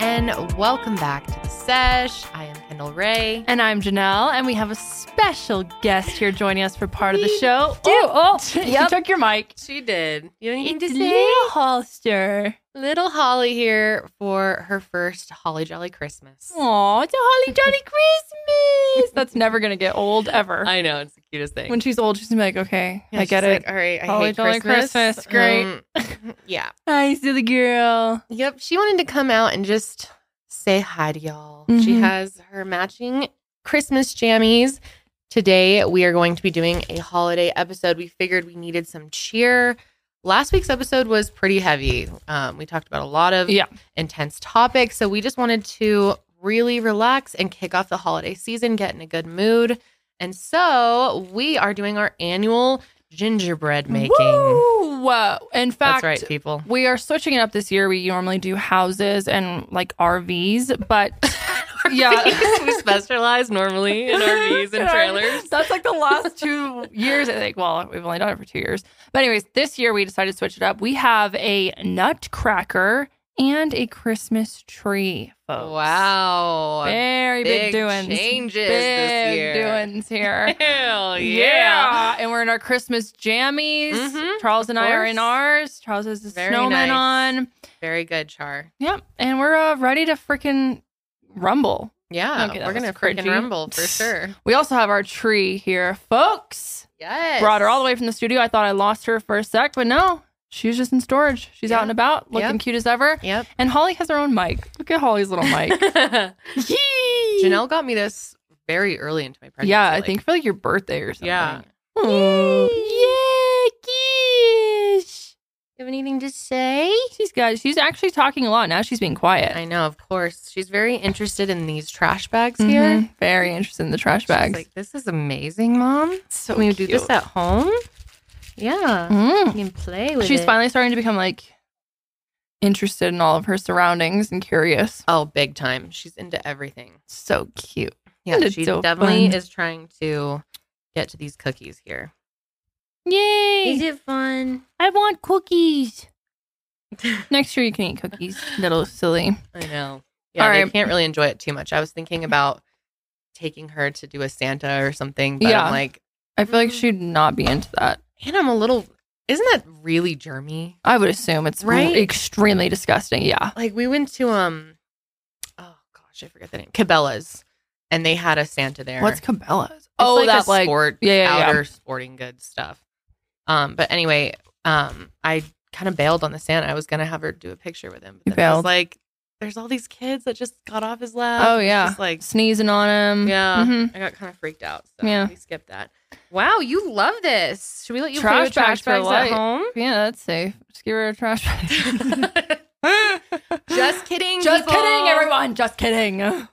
and welcome back to the sesh. I am Kendall Ray. And I'm Janelle, and we have a special guest here joining us for part of the show. do. Oh, oh you Yep. took your mic. She did. You don't need to It's say. Lil Holster. Little Holly here for her first Holly Jolly Christmas. Aw, it's a holly jolly Christmas. That's never gonna get old ever. I know it's the cutest thing. when she's old, she's gonna be like, okay, Yeah, I she's get it. like, All right, I Holly hate Jolly Christmas. Christmas, great. Um, yeah. Hi, silly girl. Yep. She wanted to come out and just say hi to y'all. She Mhm. has her matching Christmas jammies. Today, we are going to be doing a holiday episode. We figured we needed some cheer. Last week's episode was pretty heavy. Um, we talked about a lot of Yeah. intense topics. So we just wanted to really relax and kick off the holiday season, get in a good mood. And so we are doing our annual gingerbread making. Woo! Whoa. In fact, That's right, people. we are switching it up this year. We normally do houses and like RVs, but we specialize normally in RVs and trailers. That's like the last two years. I think. Well, we've only done it for two years. But anyways, this year we decided to switch it up. We have a nutcracker and a Christmas tree, folks. Wow. Very big, doings. changes this big year. doings here. Hell And we're in our Christmas jammies. Mhm, Charles and I are course. in ours. Charles has the Very snowman nice. on. Very good, Char. Yep. And we're uh, ready to freaking rumble. Yeah, Okay, that we're was gonna freaking cringy. rumble for sure. We also have our tree here, folks. Yes, Brought her all the way from the studio. I thought I lost her for a sec, but no, she's just in storage. She's Yeah. out and about, looking Yep. cute as ever. Yep. And Holly has her own mic. Look at Holly's little mic. Janelle, Janelle got me this very early into my pregnancy. yeah, I like- think for like your birthday or something. Yeah. Oh, yeah, gosh. You have anything to say? She's got. She's actually talking a lot now. She's being quiet. I know, of course. She's very interested in these trash bags Mhm. here. Very interested in the trash She's bags. like, this is amazing, mom. so Can we do this cute. at home? Yeah. Mm. You can play with She's it. finally starting to become like interested in all of her surroundings and curious. Oh, big time. She's into everything. So cute. Yeah, That's she so definitely fun. is trying to get to these cookies here. Yay! it fun? I want cookies. Next year you can eat cookies, little silly. I know. Yeah, All they right. can't really enjoy it too much. I was thinking about taking her to do a Santa or something, but Yeah. I'm like, I feel like she'd not be into that. and I'm a little. Isn't that really germy? I would assume it's Right? extremely disgusting. Yeah. Like we went to um, oh gosh, I forget the name, Cabela's, and they had a Santa there. What's Cabela's? It's Oh, like that a like sport yeah, yeah, yeah. outer sporting goods stuff. Um, but anyway, um, I kind of bailed on the Santa. I was gonna have her do a picture with him. You But then I was bailed. like, there's all these kids that just got off his lap. Oh, It's yeah. just like sneezing on him. yeah. Mhm. I got kind of freaked out. So Yeah. we skipped that. Wow, you love this. Should we let you play Trash with trash bags for bags at life. home? Yeah, that's safe. Just give her a trash bag. just kidding. Just people. kidding, everyone. Just kidding.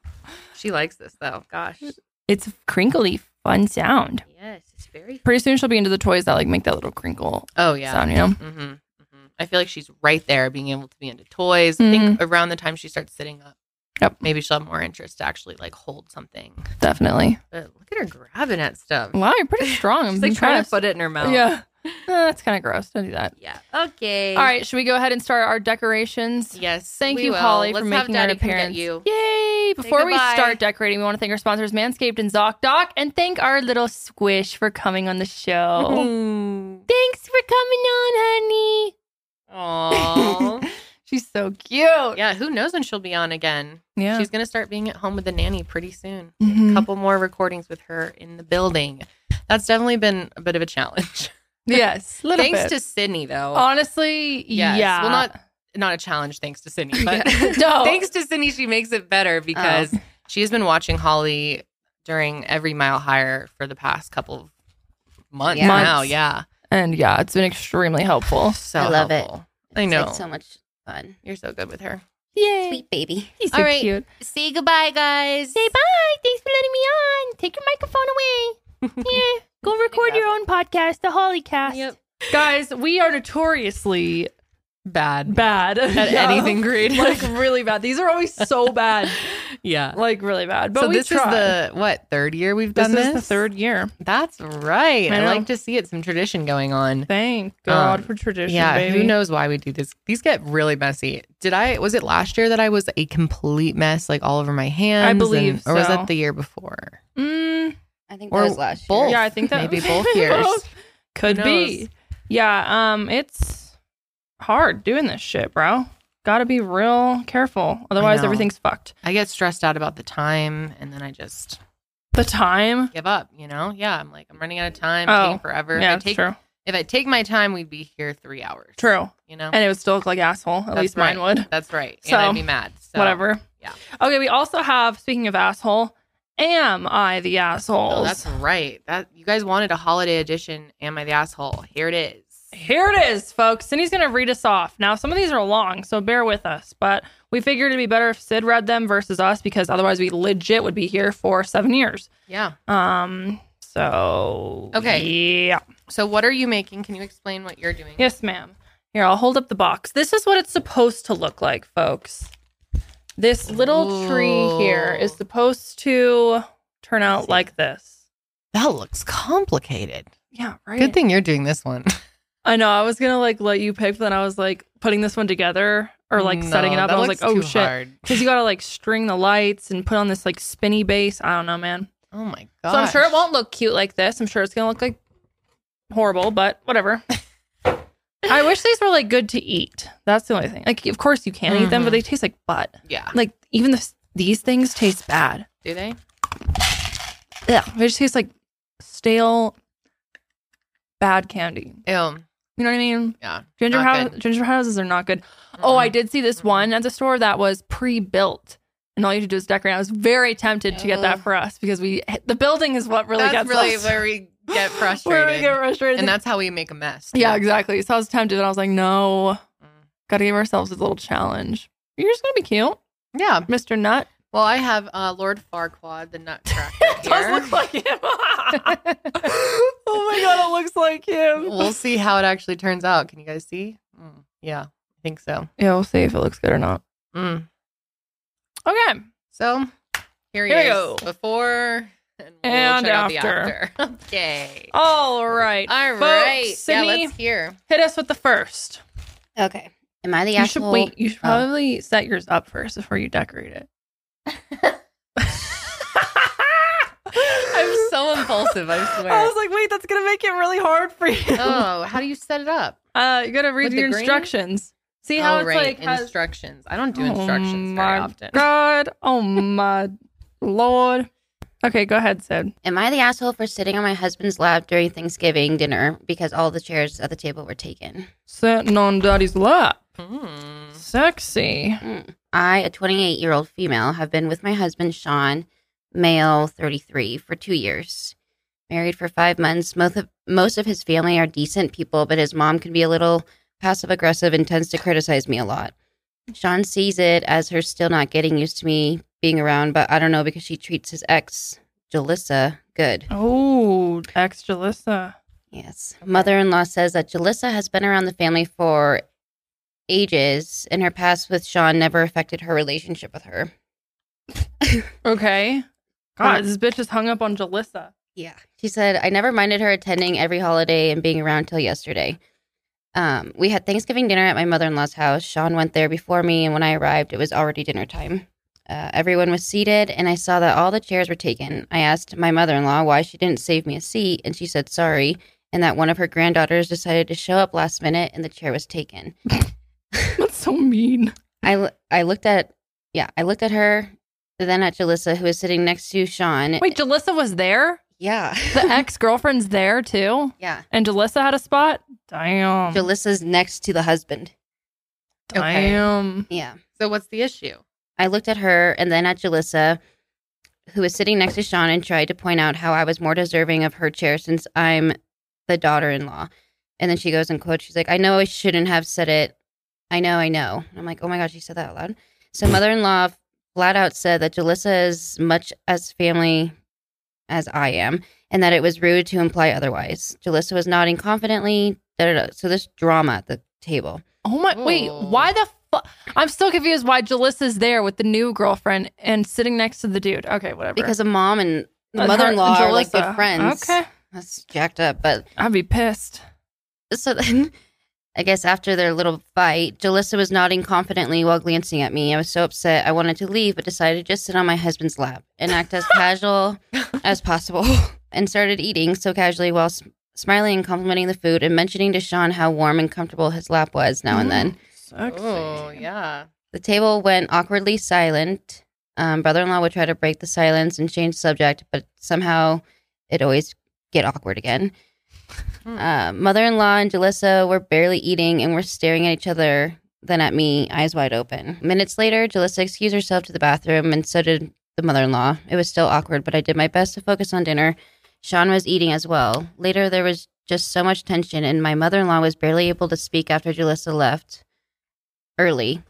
She likes this though. Gosh. It's a crinkly, fun sound. Yes, it's very. Pretty soon she'll be into the toys that like make that little crinkle Oh yeah. sound, you know? hmm hmm I feel like she's right there, being able to be into toys. I think around the time she starts sitting up, Mm-hmm. Yep. maybe she'll have more interest to actually like hold something. Definitely. But look at her grabbing at stuff. Wow, you're pretty strong. I'm She's like trying to impressed. put it in her mouth. Yeah. Uh, that's kind of gross. Don't do that. Yeah. Okay. All right, should we go ahead and start our decorations? Yes. Thank we you, will. Holly, Let's for have making that Daddy come get appearance. You. Yay! Before we goodbye. start decorating, we want to thank our sponsors, Manscaped and ZocDoc, and thank our little squish for coming on the show. Oh. Thanks for coming on, honey. She's so cute. Yeah. yeah. Who knows when she'll be on again? She's gonna start being at home with the nanny pretty soon. A Mhm. couple more recordings with her in the building. That's definitely been a bit of a challenge. yes. Little Thanks bit. to Sydney though. honestly, Yes. yeah. Oh. Well, not not a challenge. Thanks to Sydney, but no. thanks to Sydney, she makes it Oh. better because she has been watching Holly during every mile higher for the past couple of months Yeah. now. Months. Yeah, And yeah, it's been extremely helpful. so I love it. it. I know It's like so much fun. you're so good with her. Yay. Sweet baby. He's so All right. cute. Say goodbye, guys. Say bye. Thanks for letting me on. Take your microphone away. yeah. Go record your own podcast, the Hollycast. Yep. Guys, we are notoriously Bad bad at anything creative. Like really bad. These are always so bad. yeah. like really bad. But so we this tried. is the what third year we've this done this. is the third year. That's right. I I, know. like to see it. Some tradition going on. Thank God Um, for tradition, yeah. baby. Who knows why we do this? These get really messy. Did I? Was it last year that I was a complete mess, like all over my hands? and- believe Or was so. that the year before? Mm, I think Or that was last year. both. yeah, I think that Maybe both years. Both. could Who be. knows? Yeah. Um, it's hard doing this shit, bro. Got to be real careful, otherwise know. everything's fucked. I get stressed out about the time, and then I just The time. give up. You know? Yeah. I'm like, I'm running out of time. Oh, Taking forever. yeah, if I it's take true. if I take my time, we'd be here three hours. True. You know. And it would still look like asshole. At That's least mine right. would. That's right. So, and I'd be mad. So. Whatever. yeah. Okay. We also have speaking of asshole. Am I the asshole? Oh, that's right. That you guys wanted a holiday edition. Am I the asshole? Here it is. Here it is, folks. Cindy's going to read us off. Now, some of these are long, so bear with us, but we figured it'd be better if Sid read them versus us because otherwise we legit would be here for seven years. Yeah. Um, so. Okay. Yeah. So what are you making? Can you explain what you're doing? Yes, ma'am. Here, I'll hold up the box. This is what it's supposed to look like, folks. This little tree here Ooh. is supposed to turn out like this. That looks complicated. Yeah, right. Good thing you're doing this one. I know. I was gonna like let you pick, but then I was like putting this one together or like setting it No, up. that And I was like, looks oh too shit, hard. because you gotta like string the lights and put on this like spinny base. I don't know, man. Oh my god. So I'm sure it won't look cute like this. I'm sure it's gonna look like horrible, but whatever. I wish these were like good to eat. That's the only thing. Like, of course you can eat them, but Mhm. they taste like butt. Yeah. Like even this, these things taste bad. Do they? Yeah, they just taste like stale, bad candy. Ew. You know what I mean? Yeah. Ginger Not house, good. ginger houses are not good. Oh, I did see this Mhm. one at the store that was pre-built, and all you had to do is decorate. I was very tempted to get that Ugh. for us because we the building is what really that's gets really us. where we get frustrated. Where we get frustrated. and that's how we make a mess. yeah, exactly. So I was tempted, and I was like, no, Mm. gotta give ourselves a little challenge. You're just gonna be cute, Yeah. Mister Nut. Well, I have uh, Lord Farquaad, the Nutcracker. it like him. oh my god, it looks like him. we'll see how it actually turns out. Can you guys see? Mm, yeah, I think so. yeah, we'll see if it looks good or not. Mm. Okay. So here, he Here is. we go. Before and, we'll And check out the after. after. okay. All right. All Folks, right. Sydney, yeah, let's hear. hit us with the first. Okay. Am I the you should asshole? wait. You should Oh. probably set yours up first before you decorate it. I'm I'm so impulsive, I swear. I was like, wait, that's gonna make it really hard for you. oh, how do you set it up? Uh, you gotta With read the your green? instructions. See how oh, it's right. like has- instructions. I don't do oh instructions my very often. God, oh my lord. Okay, go ahead, Sid. Am I the asshole for sitting on my husband's lap during Thanksgiving dinner because all the chairs at the table were taken? Sitting on Daddy's lap, Mm-hmm. Mm. sexy. I, a 28 year old female, have been with my husband, Sean, male 33, for two years. Married for five months. Most of, most of his family are decent people, but his mom can be a little passive aggressive and tends to criticize me a lot. Sean sees it as her still not getting used to me being around, but I don't know because she treats his ex, Jalissa, good. Oh, ex Jalissa. Yes. Mother in law says that Jalissa has been around the family for ages, and her past with Sean never affected her relationship with her. Okay. God, this bitch is hung up on Jalissa. Yeah. She said, I never minded her attending every holiday and being around till yesterday. Um, we had Thanksgiving dinner at my mother in law's house. Sean went there before me, and when I arrived, it was already dinner time. Uh, everyone was seated, and I saw that all the chairs were taken. I asked my mother in law why she didn't save me a seat, and she said sorry, and that one of her granddaughters decided to show up last minute, and the chair was taken. That's so mean. I, l- I looked at, yeah, I looked at her, then at Jalissa, who was sitting next to Sean. Wait, Jalissa was there? yeah, The ex girlfriend's there too? yeah. And Jalissa had a spot? Damn. Jalissa's next to the husband. Okay. Damn. Yeah. So what's the issue? I looked at her and then at Jalissa, who was sitting next to Sean, and tried to point out how I was more deserving of her chair since I'm the daughter in law. And then she goes and quotes, she's like, I know I shouldn't have said it. I know, I know. And I'm like, oh my God, she said that out loud. So mother in law flat out said that Jalissa is much as family as I am and that it was rude to imply otherwise. Jalissa was nodding confidently. Da, da, da. So this drama at the table. Oh my. Wait, Ooh. why the I'm still confused why Jalissa's there with the new girlfriend and sitting next to the dude. Okay, whatever. because a mom and And the her- mother in law and are like good Jalissa. friends. Okay, That's jacked up. But I'd be pissed. so then I guess after their little fight, Jalissa was nodding confidently while glancing at me. I was so upset I wanted to leave, but decided to just sit on my husband's lap and act as casual as possible and started eating so casually while s- smiling and complimenting the food and mentioning to Sean how warm and comfortable his lap was now Mm-hmm. and then. Sexy. Oh, yeah. The table went awkwardly silent. Um, brother-in-law would try to break the silence and change the subject, but somehow it always get awkward again. Hmm. Uh, mother-in-law and Jalissa were barely eating and were staring at each other, then at me, eyes wide open. Minutes later, Jalissa excused herself to the bathroom, and so did the mother-in-law. It was still awkward, but I did my best to focus on dinner. Sean was eating as well. Later, there was just so much tension, and my mother-in-law was barely able to speak after Jalissa left early.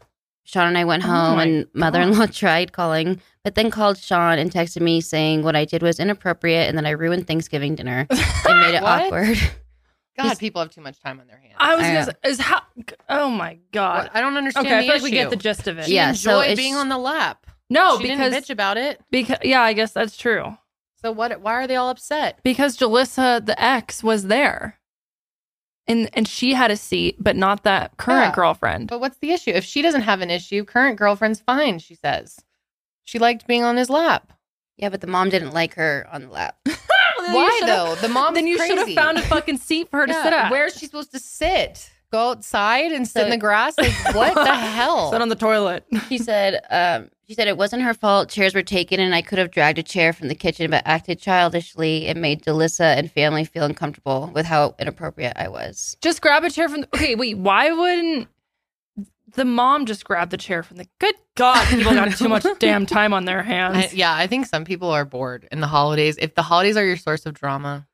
Sean and I went Oh home, my and mother in law tried calling, but then called Sean and texted me saying what I did was inappropriate and that I ruined Thanksgiving dinner and made it What? awkward. God, He's- people have too much time on their hands. I was I gonna say, is how. Oh my god. Well, I don't understand. okay, I the feel like we issue. get the gist of it. She Yeah, so enjoyed it's- being on the lap. No, she Oh, because didn't bitch about it. because yeah, I guess that's true. So what? Why are they all upset? Because Jalissa, the ex, was there, and and she had a seat, but not that current Yeah. girlfriend. But what's the issue? If she doesn't have an issue, current girlfriend's fine. She says she liked being on his lap. yeah, but the mom didn't like her on the lap. Then you why should've- though? The mom. Then is you should have crazy. found a fucking seat for her to Yeah, sit at. Where is she supposed to sit? Go outside and sit So- in the grass? Like what the hell? Sit on the toilet. She said, um, she said it wasn't her fault. Chairs were taken, and I could have dragged a chair from the kitchen, but acted childishly. It made Delissa and family feel uncomfortable with how inappropriate I was. Just grab a chair from. The, okay, wait. Why wouldn't the mom just grab the chair from the? Good God, people got too much damn time on their hands. I, yeah, I think some people are bored in the holidays. If the holidays are your source of drama,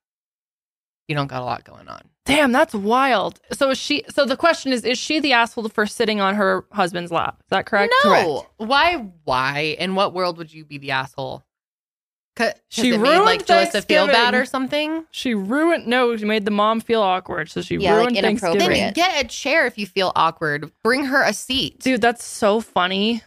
you don't got a lot going on. Damn, that's wild. So is she? So the question is: Is she the asshole for sitting on her husband's lap? Is that correct? No. Why? Why? In what world would you be the asshole? Cause 'cause She it made like ruined Jalissa feel bad Thanksgiving. or something. She ruined. No, she made the mom feel awkward, so she Yeah, like ruined inappropriate. Then Thanksgiving. get a chair if you feel awkward. Bring her a seat. Dude, that's so funny.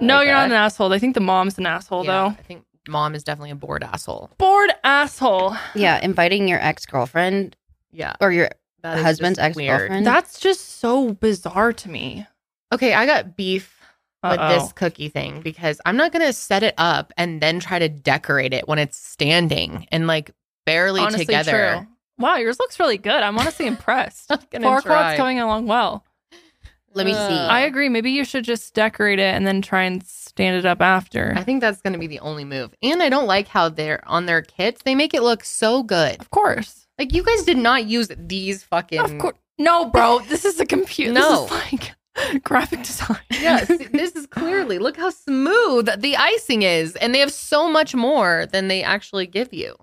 no, you're not an asshole. I think the mom's an asshole Yeah, though. I think mom is definitely a bored asshole. Bored asshole. Yeah, inviting your ex girlfriend Yeah. or your that is husband's just ex weird. girlfriend. That's just so bizarre to me. Okay, I got beef with Uh-oh. this cookie thing because I'm not gonna set it up and then try to decorate it when it's standing and like barely honestly together. true. Wow, yours looks really good. I'm honestly impressed. I'm gonna Farquaad's try. going along well. Let me see. Uh, I agree. Maybe you should just decorate it and then try and stand it up after. I think that's gonna be the only move. And I don't like how they're on their kits. They make it look so good. of course. Like you guys did not use these fucking. Of course. No, bro. This is a computer. No. This is like graphic design. Yes, this is clearly. Look how smooth the icing is, and they have so much more than they actually give you.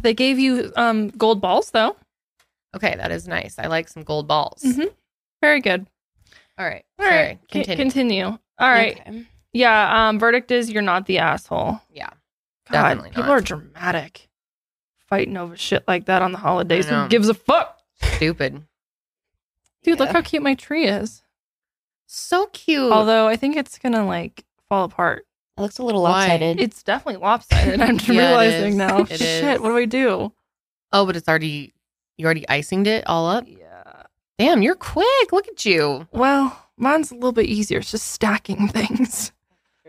They gave you um gold balls though. Okay, that is nice. I like some gold balls. Mhm. Very good. All right, All right. Sorry, continue. Con- continue. All right. Okay. Yeah. Um. Verdict is you're not the asshole. Yeah, God, Definitely people not. are dramatic. Fighting over shit like that on the holidays. I Who know. gives a fuck? stupid. Dude, look Yeah. how cute my tree is. So cute. Although I think it's gonna like fall apart. It looks a little Why? lopsided. It's definitely lopsided. I'm Yeah, it is. realizing now. It Shit, is. what do I do? oh, but it's already you already icinged it all up. Yeah. Damn, you're quick. Look at you. Well, mine's a little bit easier. It's just stacking things.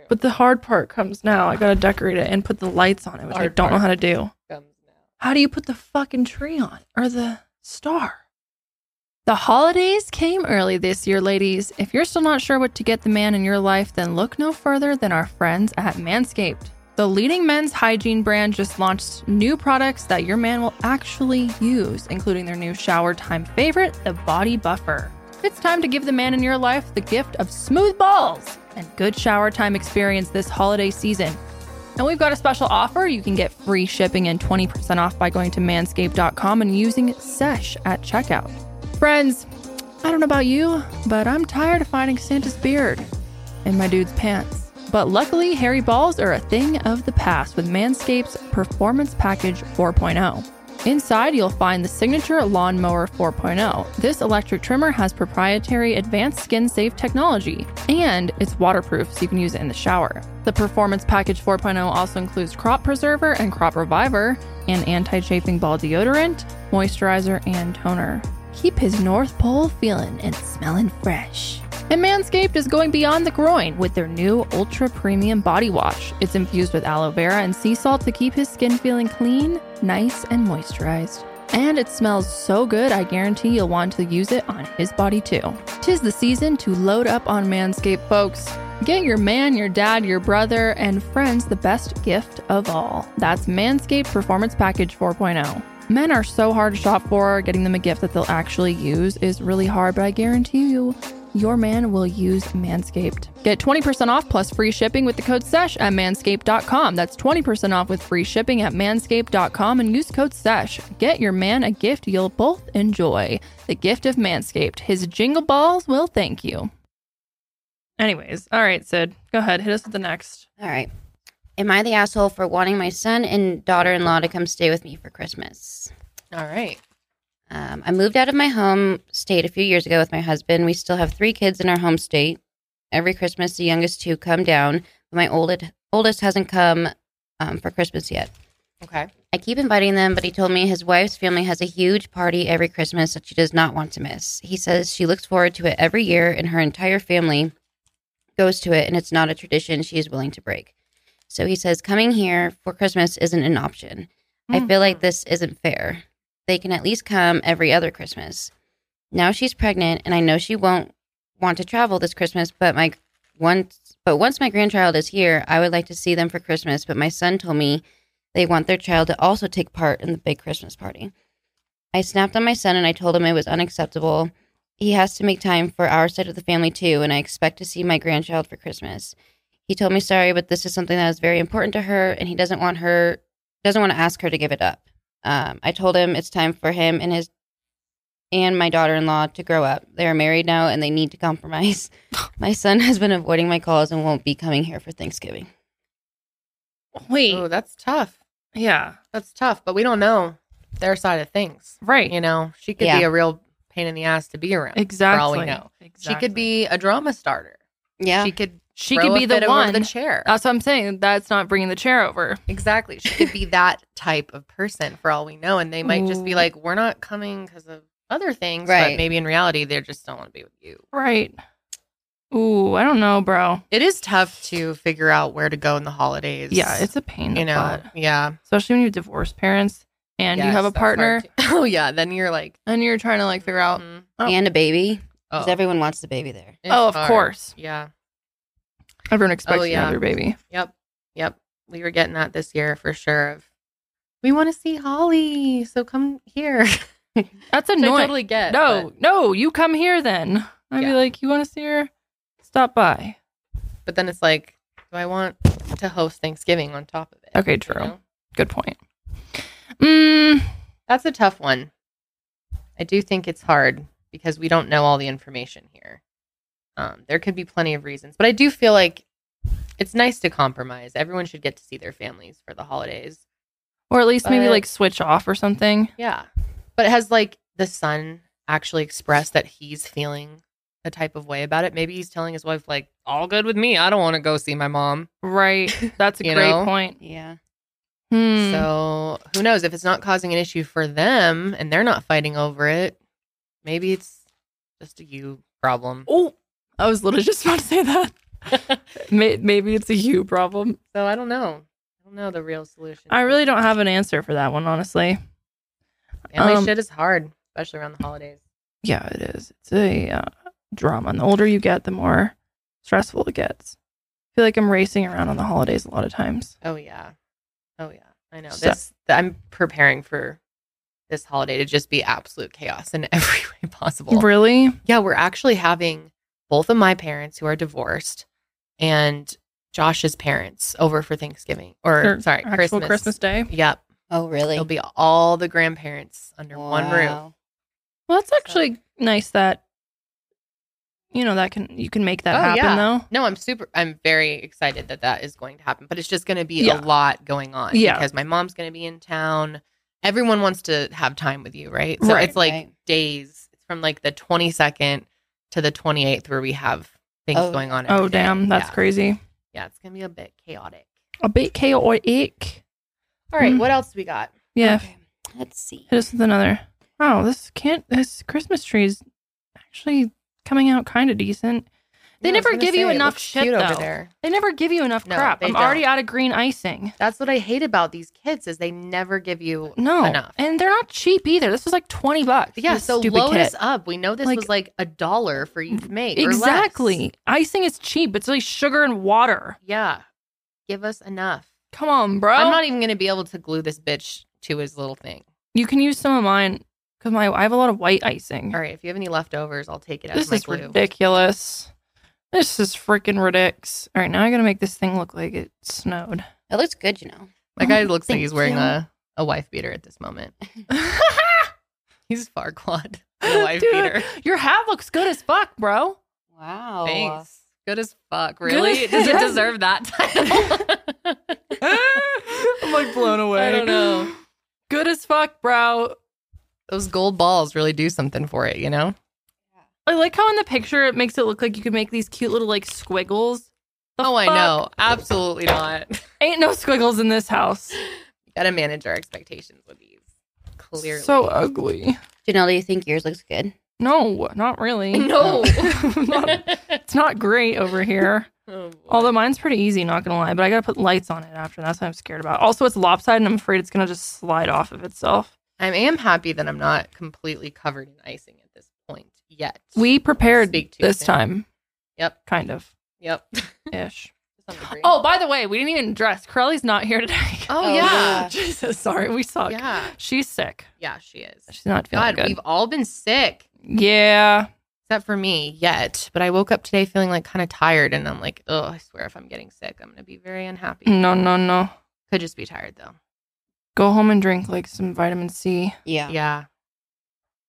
But the hard part comes now. I gotta decorate it and put the lights on it, which I Hard don't know part. how to do. comes now. How do you put the fucking tree on or the star? The holidays came early this year, ladies. If you're still not sure what to get the man in your life, then look no further than our friends at Manscaped. The leading men's hygiene brand just launched new products that your man will actually use, including their new shower time favorite, the Body Buffer. It's time to give the man in your life the gift of smooth balls and good shower time experience this holiday season. And we've got a special offer. You can get free shipping and 20% off by going to manscaped.com and using SESH at checkout. Friends, I don't know about you, but I'm tired of finding Santa's beard in my dude's pants. But luckily, hairy balls are a thing of the past with Manscaped's Performance Package 4.0. oh. Inside, you'll find the signature Lawnmower 4.0. This electric trimmer has proprietary advanced skin safe technology, and it's waterproof so you can use it in the shower. The Performance Package 4.0 also includes Crop Preserver and Crop Reviver, an anti chafing ball deodorant, moisturizer, and toner. Keep his North Pole feeling and smelling fresh. And Manscaped is going beyond the groin with their new ultra premium body wash. It's infused with aloe vera and sea salt to keep his skin feeling clean, nice, and moisturized. And it smells so good, I guarantee you'll want to use it on his body too. Tis the season to load up on Manscaped, folks. Get your man, your dad, your brother, and friends the best gift of all. That's Manscaped Performance Package 4.0. Men are so hard to shop for, getting them a gift that they'll actually use is really hard, but I guarantee you, your man will use Manscaped. Get 20% off plus free shipping with the code SESH at manscaped.com. That's 20% off with free shipping at manscaped.com and use code SESH. Get your man a gift you'll both enjoy. The gift of Manscaped. His jingle balls will thank you. Anyways, all right, Sid, go ahead. Hit us with the next. All right. Am I the asshole for wanting my son and daughter in law to come stay with me for Christmas? All right. Um, I moved out of my home state a few years ago with my husband. We still have three kids in our home state. Every Christmas, the youngest two come down, but my oldest oldest hasn't come um, for Christmas yet. Okay. I keep inviting them, but he told me his wife's family has a huge party every Christmas that she does not want to miss. He says she looks forward to it every year, and her entire family goes to it, and it's not a tradition she is willing to break. So he says coming here for Christmas isn't an option. I feel like this isn't fair. They can at least come every other Christmas. Now she's pregnant and I know she won't want to travel this Christmas, but my once but once my grandchild is here, I would like to see them for Christmas, but my son told me they want their child to also take part in the big Christmas party. I snapped on my son and I told him it was unacceptable. He has to make time for our side of the family too, and I expect to see my grandchild for Christmas. He told me sorry, but this is something that is very important to her, and he doesn't want her doesn't want to ask her to give it up. Um, I told him it's time for him and his and my daughter-in-law to grow up. They are married now, and they need to compromise. my son has been avoiding my calls and won't be coming here for Thanksgiving. Wait. Oh, that's tough. yeah. That's tough, but we don't know their side of things. Right. You know, she could Yeah. be a real pain in the ass to be around. Exactly. For all we know, she could be a drama starter. Yeah, She could. She throw could a be the fit over one. The chair. That's what I'm saying. That's not bringing the chair over. Exactly. She could be that type of person for all we know. And they might just Ooh. be like, we're not coming because of other things. Right. But maybe in reality, they just don't want to be with you. Right. Ooh, I don't know, bro. It is tough to figure out where to go in the holidays. Yeah, it's a pain. in you the know, butt. yeah. especially when you have divorced parents and you Yes, have a that's hard partner too. oh, yeah. Then you're like, and you're trying to like figure out. mhm. Oh. and a baby oh, because everyone wants the baby there. it's oh, of hard. course, Yeah. everyone expects yeah. another baby. Yep. Yep. We were getting that this year for sure. Of, we want to see Holly. So come here. Which That's I annoying. totally get. no, no, you come here then. I'd be Yeah. like, you want to see her? Stop by. But, but then it's like, do I want to host Thanksgiving on top of it? Okay, You true. know? Good point. Mm, That's a tough one. I do think it's hard because we don't know all the information here. Um, there could be plenty of reasons, but I do feel like it's nice to compromise. Everyone should get to see their families for the holidays. or at least maybe But- like switch off or something. Yeah. But has like the son actually expressed that he's feeling a type of way about it? Maybe he's telling his wife, like, all good with me. I don't want to go see my mom. Right. That's a You great know? point. Yeah, Hmm. So who knows if it's not causing an issue for them and they're not fighting over it? Maybe it's just a you problem. oh, I was literally just about to say that. May- maybe it's a you problem. So I don't know. I don't know the real solution. I really don't have an answer for that one, honestly. Family um, shit is hard, especially around the holidays. Yeah, it is. It's a uh, drama. And the older you get, the more stressful it gets. I feel like I'm racing around on the holidays a lot of times. Oh yeah, oh yeah. I know So- this. th- I'm preparing for this holiday to just be absolute chaos in every way possible. Really? yeah, we're actually having both of my parents who are divorced and Josh's parents over for Thanksgiving or, Or sorry, Actual Christmas. Christmas. Day? Yep, Oh, really? it'll be all the grandparents under one roof. Wow. Well, that's actually nice that you know that can you can make that Oh, happen yeah. though. No, I'm super. I'm very excited that that is going to happen, but it's just going to be Yeah. a lot going on Yeah. because my mom's going to be in town. everyone wants to have time with you, right? So Right. it's like Right. days. It's from like the 22nd to the 28th where we have things Oh. going on. Oh every day. damn, that's yeah. crazy. Yeah, it's going to be a bit chaotic. A bit chaotic. All right, Mm. what else we got? Yeah, Okay. Let's see. hit us with another. Oh, this can't. This Christmas tree is actually coming out kind of decent. They Yeah, I was never gonna give you say, it enough looks shit, cute over though. there. They never give you enough No, crap. they I'm don't. already out of green icing. That's what I hate about these kids is they never give you No, enough. and they're not cheap either. This was like twenty bucks. yeah, this so stupid load kit. us up. We know this Like- was like a dollar for you to make. or less. Exactly. Icing is cheap. It's like sugar and water. Yeah. Give us enough. Come on, bro. I'm not even going to be able to glue this bitch to his little thing. you can use some of mine because my I have a lot of white icing. All right, if you have any leftovers, I'll take it out this of my is glue. ridiculous. This is freaking ridiculous. All right, now I gotta make this thing look like it snowed. It looks good, you know. My guy looks like he's Thank wearing you. a, a wife beater at this moment. He's Farquaad. A wife Dude, beater. Your hat looks good as fuck, bro. Wow. Thanks. Good as fuck. Good Really? as- Does it deserve that title? I'm like blown away. I don't know. Good as fuck, bro. Those gold balls really do something for it, you know? I like how in the picture it makes it look like you could make these cute little like squiggles. The oh, I fuck? know. Absolutely not. Ain't no squiggles in this house. Gotta manage our expectations with these. Clearly. So ugly. Janelle, do you think yours looks good? No, not really. no. Not- it's not great over here. Oh, boy. Although mine's pretty easy, not gonna lie, but I gotta put lights on it after. That's what I'm scared about. Also, it's lopsided and I'm afraid it's gonna just slide off of itself. I am happy that I'm not completely covered in icing at this point yet. We prepared Speak to this you. time, Yep. kind of Yep. To ish. some degree. Oh, by the way, we didn't even dress. Corelli's not here today. Oh, Oh, yeah. yeah. Jesus, sorry, we suck. Yeah. She's sick. Yeah, she is. She's not feeling God, good. we've all been sick. Yeah. Except for me, yet. But I woke up today feeling like kind of tired and I'm like, oh, I swear if I'm getting sick, I'm gonna be very unhappy. No, no, no. Could just be tired though. Go home and drink like some vitamin C. Yeah. Yeah.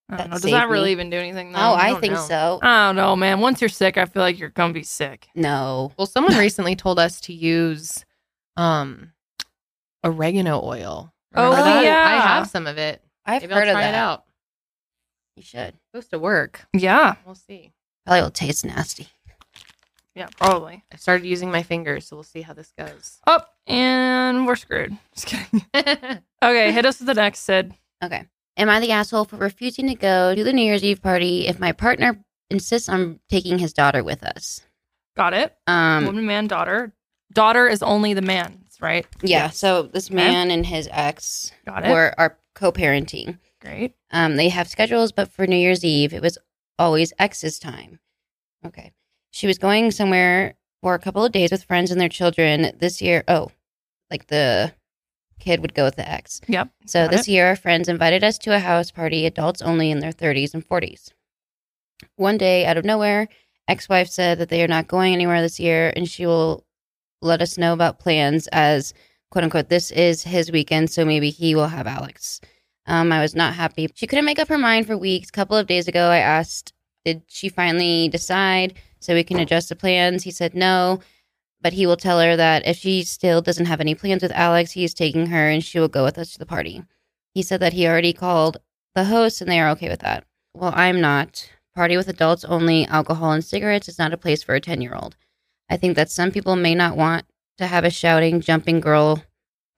I That don't know. Does saved that really me. even do anything though? Oh, I, don't think know. so. I don't know, man. Once you're sick, I feel like you're gonna be sick. No. Well, someone recently told us to use um oregano oil. Oh, that? yeah. I have some of it. I've Maybe I'll heard try of that. it out. You should. It's supposed to work. Yeah. We'll see. Probably will taste nasty. Yeah, probably. I started using my fingers, so we'll see how this goes. Up and we're screwed. Just kidding. Okay, hit us with the next, Sid. Okay. Am I the asshole for refusing to go to the New Year's Eve party if my partner insists on taking his daughter with us? Got it. Um, Woman, man, daughter. Daughter is only the man's, right? yeah. So this man and his ex Got it. were are co-parenting. Great. Um, they have schedules, but for New Year's Eve, it was always X's time. Okay. She was going somewhere for a couple of days with friends and their children this year. Oh, like the kid would go with the ex. Yep. So Got this it. year, our friends invited us to a house party, adults only in their 30s and 40s. One day, out of nowhere, ex wife said that they are not going anywhere this year and she will let us know about plans as quote unquote, this is his weekend, so maybe he will have Alex. Um, I was not happy. She couldn't make up her mind for weeks. A couple of days ago, I asked, did she finally decide so we can adjust the plans? He said no, but he will tell her that if she still doesn't have any plans with Alex, he is taking her and she will go with us to the party. He said that he already called the host and they are okay with that. Well, I'm not. Party with adults only, alcohol and cigarettes is not a place for a 10 year old. I think that some people may not want to have a shouting, jumping girl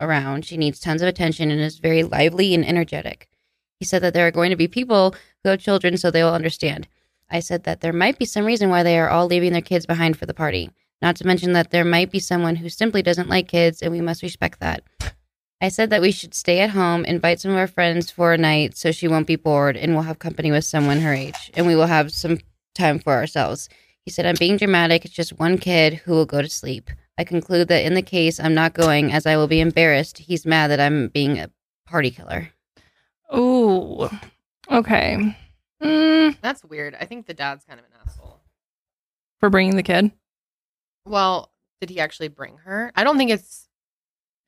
around. She needs tons of attention and is very lively and energetic. He said that there are going to be people who have children, so they will understand. I said that there might be some reason why they are all leaving their kids behind for the party. Not to mention that there might be someone who simply doesn't like kids, and we must respect that. I said that we should stay at home, invite some of our friends for a night so she won't be bored, and we'll have company with someone her age, and we will have some time for ourselves. He said, I'm being dramatic. It's just one kid who will go to sleep. I conclude that in the case, I'm not going as I will be embarrassed. He's mad that I'm being a party killer. Ooh. Okay. Mm, That's weird. I think the dad's kind of an asshole. for bringing the kid. Well, did he actually bring her? I don't think it's.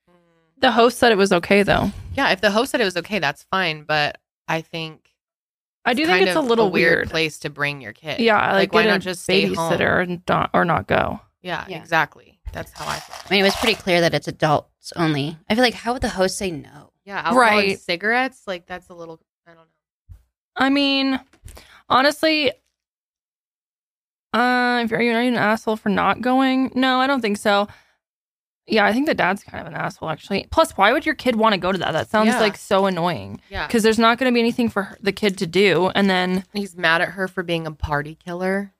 mm, The host said it was okay, though. Yeah, if the host said it was okay, that's fine. But I think I do think kind it's a of little weird, weird. place to bring your kid. Yeah, I Like, like, why get not a just stay home? babysitter and not, or not go? yeah, Yeah. exactly. That's how I feel. I mean, it was pretty clear that it's adults only. I feel like, how would the host say no? Yeah, alcohol and Right. cigarettes, like that's a little I don't know. I mean, honestly, uh, if you're, are you an asshole for not going? No, I don't think so. Yeah, I think the dad's kind of an asshole, actually. Plus, why would your kid want to go to that? That sounds Yeah. like so annoying Yeah. because there's not going to be anything for her, the kid to do. And then He's mad at her for being a party killer.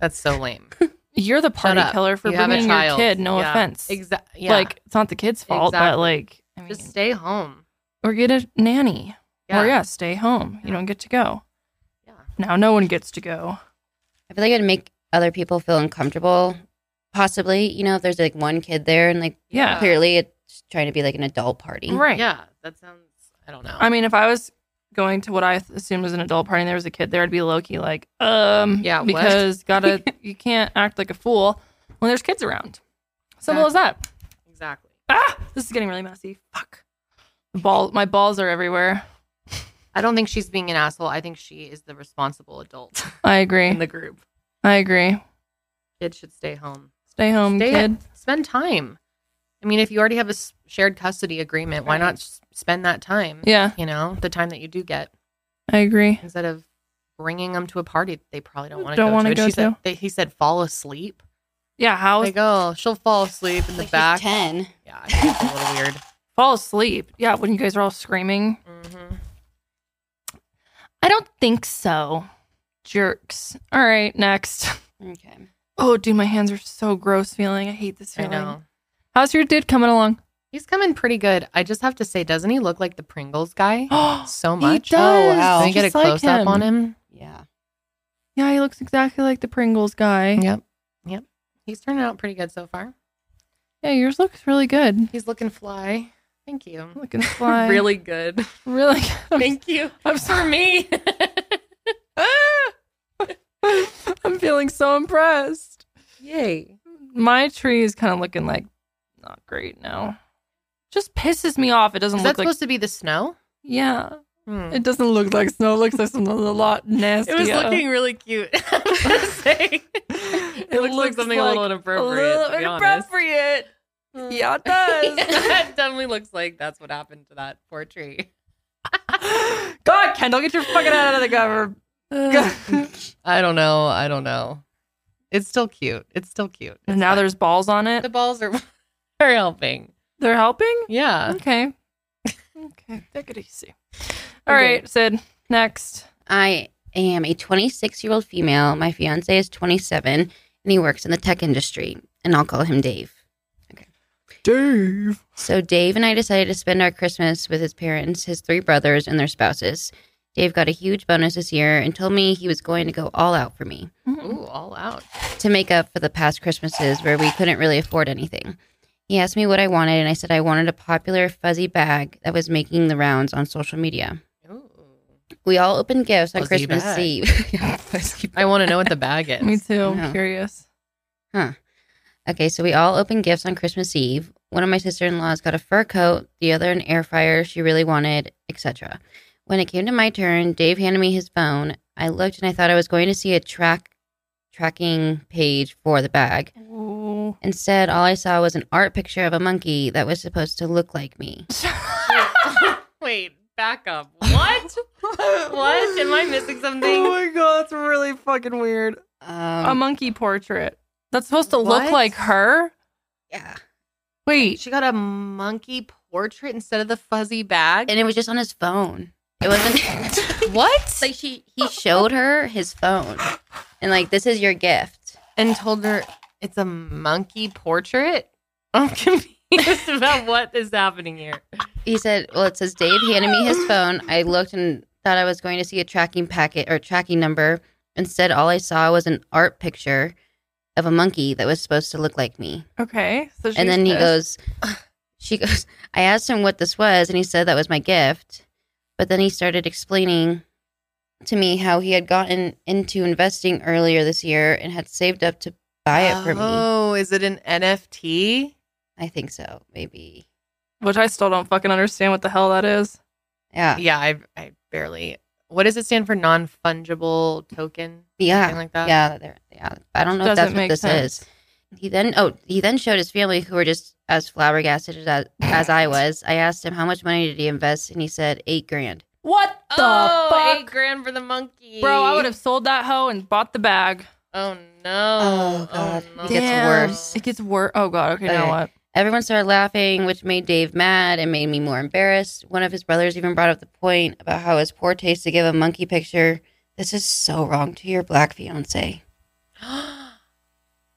That's so lame. you're the party up. killer for You have a bringing your child. kid. No Yeah. offense. Exactly. Like, it's not the kid's fault, but Exactly. like, I mean, just stay home. or get a nanny. Yeah. Or, yeah, stay home. You Yeah. don't get to go. Yeah. Now, no one gets to go. I feel like it'd make other people feel uncomfortable, possibly. You know, if there's like one kid there and like Yeah. clearly it's trying to be like an adult party. Right. Yeah. That sounds I don't know. I mean, if I was going to what I th- assumed was an adult party and there was a kid there, I'd be low key like, um, Yeah, what? because gotta, you can't act like a fool when there's kids around. Simple as that. exactly. Ah, this is getting really messy. Fuck. The ball, my balls are everywhere. I don't think she's being an asshole. I think she is the responsible adult I agree. in the group. I agree. Kids should stay home. Stay home, Stay- kid. Spend time. I mean, if you already have a s- shared custody agreement, why not s- spend that time? Yeah, You know, the time that you do get I agree. instead of bringing them to a party that they probably don't want to Don't go wanna to. And go she said- to. they- he said, fall asleep. Yeah, how Like, oh, she'll fall asleep in the Like she's back. 10. Yeah, I think it's a little weird. fall asleep? Yeah, when you guys are all screaming. Mm-hmm. I don't think so. Jerks. All right, next. Okay. Oh, dude, my hands are so gross feeling. I hate this I feeling. know. How's your dude coming along? He's coming pretty good. I just have to say, doesn't he look like the Pringles guy Oh, so much? He does. Oh, wow. Can we get a Just like close up on him? Yeah. Yeah, he looks exactly like the Pringles guy. Yep. Yep. He's turning out pretty good so far. Yeah, yours looks really good. He's looking fly. Thank you. Looking fly. good. really good. I'm, you. I'm so- me. I'm feeling so impressed. Yay. My tree is kind of looking like not great now. Just pisses me off. It doesn't Is that look like. supposed to be the snow? yeah, Hmm. it doesn't look like snow. It looks like something a lot nastier. really cute. I'm just saying. It, It looks, like looks something like a little a inappropriate. little to be honest. inappropriate. Yeah, it does. that definitely looks like that's what happened to that poor tree. God, Kendall, get your fucking head out of the cover. I don't know. I don't know. It's still cute. It's still cute. and now there's balls on the it. balls are are helping. They're helping. Yeah. Okay. okay. Take it easy. All All right, right, Sid. Next. I am a 26 year old female. My fiance is 27 and he works in the tech industry, and I'll call him Dave. Dave. So, Dave and I decided to spend our Christmas with his parents, his three brothers, and their spouses. Dave got a huge bonus this year and told me he was going to go all out for me Mm-hmm. Ooh, all out. to make up for the past Christmases where we couldn't really afford anything. He asked me what I wanted, and I said I wanted a popular fuzzy bag that was making the rounds on social media. Ooh. We all opened gifts on Fuzzy Christmas bag. Eve. Yeah, fuzzy I want to know what the bag is. Me too. Yeah. I'm curious. Okay, so we all opened gifts on Christmas Eve. One of my sister-in-laws got a fur coat, the other an air fryer she really wanted, etc. When it came to my turn, Dave handed me his phone. I looked and I thought I was going to see a track tracking page for the bag. Ooh. Instead, all I saw was an art picture of a monkey that was supposed to look like me. Wait, back up. What? what? Am I missing Oh something? my god, that's really fucking weird. a Um, monkey portrait. That's supposed to look What? like her. yeah. Wait. She got a monkey portrait instead of the fuzzy bag. And it was just on his phone. It wasn't what? like she he showed her his phone. And like this is your gift. and told her it's a monkey portrait. I'm confused about what is happening here. He said, "Well, it says Dave handed me his phone. I looked and thought I was going to see a tracking packet or tracking number. Instead, all I saw was an art picture of a monkey that was supposed to look like me." Okay. So she's and then he pissed. goes, "She goes." I asked him what this was, and he said that was my gift. But then he started explaining to me how he had gotten into investing earlier this year and had saved up to buy it for me. Oh, is it an NFT? I think so, maybe. which I still don't fucking understand what the hell that is. Yeah, Yeah, I, I barely. What does it stand for? Non fungible token? yeah, Something like that? yeah. there- yeah. I don't know if Doesn't that's what make this sense. is. He then oh he then showed his family who were just as flabbergasted as, as I was. I asked him how much money did he invest, and he said eight grand. What the oh, eight fuck? grand for the monkey, Bro, I would have sold that hoe and bought the bag. Oh no! Oh, God. no. It gets Damn. worse. It gets worse. Oh god. Okay, now Okay. what? Everyone started laughing, which made Dave mad and made me more embarrassed. One of his brothers even brought up the point about how it's poor taste to give a monkey picture. This is so wrong to your black fiance.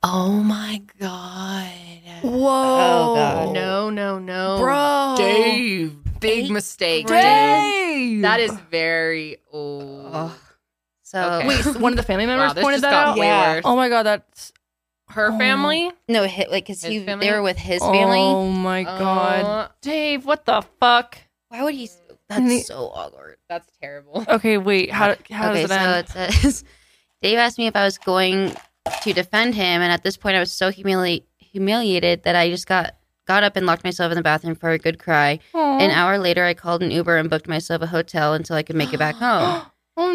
oh my god! Whoa. Oh, God. No, no, no, Bro. Dave, big Eight mistake, Dave. Dave. That is very old. Ugh. So Okay. Wait, so one of the family members wow, this pointed just that got out. way Yeah. worse. Oh my god, that's Her Oh. family, no, hit like because His he family? they were with his family. Oh my god. Oh, Dave, what the fuck? Why would he? And he- That's so awkward. that's terrible. Okay, wait. How how okay, does it end? so it says Dave asked me if I was going to defend him, and at this point, I was so humili- humiliated that I just got got up and locked myself in the bathroom for a good cry. Aw. An hour later, I called an Uber and booked myself a hotel until I could make it back home. oh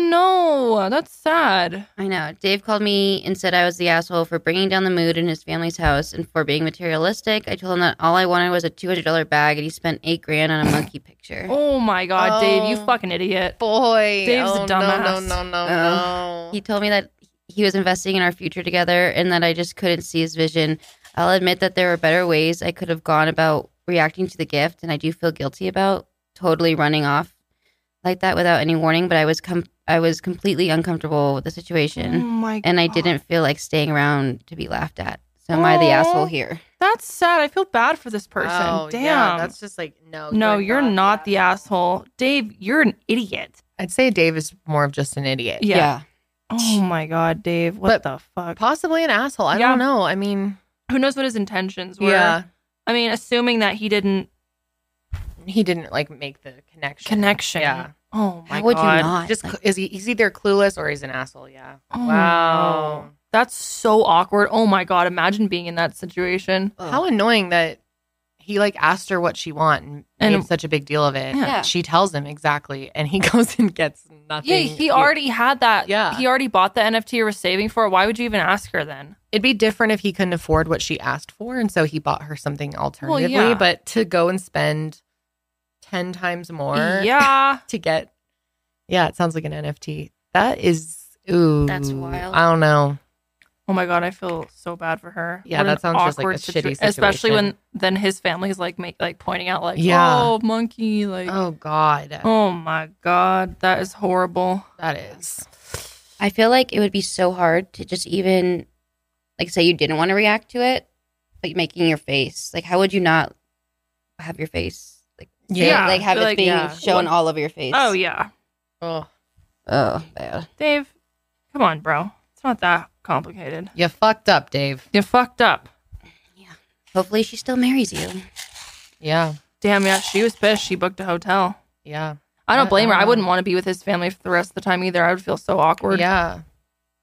no, that's sad. I know. Dave called me and said I was the asshole for bringing down the mood in his family's house and for being materialistic. I told him that all I wanted was a two hundred dollar bag, and he spent eight grand on a monkey picture. Oh my god, Dave, you Oh. fucking idiot. Boy, Dave's a oh, No, dumbass. no, no, no, Oh. no. He told me that he was investing in our future together and that I just couldn't see his vision. I'll admit that there were better ways I could have gone about reacting to the gift, and I do feel guilty about totally running off like that without any warning. But I was com- I was completely uncomfortable with the Oh situation, my and I God. didn't feel like staying around to be laughed at. So am I the Aw. asshole here? That's sad. I feel bad for this person. Oh, Damn. yeah, that's just like no. no, you're not the asshole. Dave, you're an idiot. I'd say Dave is more of just an idiot. Yeah. Oh my god, Dave. What the fuck? Possibly an asshole. I Yeah. don't know. I mean, Who knows what his intentions were? I mean, assuming that he didn't he didn't like make the connection. connection. Yeah. Oh my How would god. you not? Just Like, cl- is he? He's either clueless or he's an asshole. Yeah. Oh, wow. no. That's so awkward. Oh my god, imagine being in that situation. ugh. How annoying that he like asked her what she want and, And- made such a big deal of it. Yeah. Yeah. She tells him exactly, and he goes and gets nothing. Yeah, he already had that. Yeah. He already bought the NFT you were saving for. it. Why would you even ask her then? It'd be different if he couldn't afford what she asked for, and so he bought her something alternatively. yeah. But to go and spend ten times more, yeah. to get. Yeah, it sounds like an NFT. That is ooh. That's wild. I don't know. Oh my god, I feel so bad for her. Yeah, What that an sounds just like a awkward shitty especially when situation. then his family's like make, like pointing out like, Yeah. oh monkey, like, oh. Oh God, my god, that is horrible. that is. I feel like it would be so hard to just even like say you didn't want to react to it, like making your face. Like how would you not have your face? Like say- Yeah. like have Be it like, being yeah. shown all over your face. Oh yeah, Oh, Oh bad. Dave, come on, bro, it's not that complicated. you fucked up, Dave. You fucked up. Hopefully she still marries you. Yeah, Damn, yeah, she was pissed. She booked a hotel. yeah, I don't I- blame I her. I don't wouldn't know. want to be with his family for the rest of the time either. I would feel so awkward. yeah,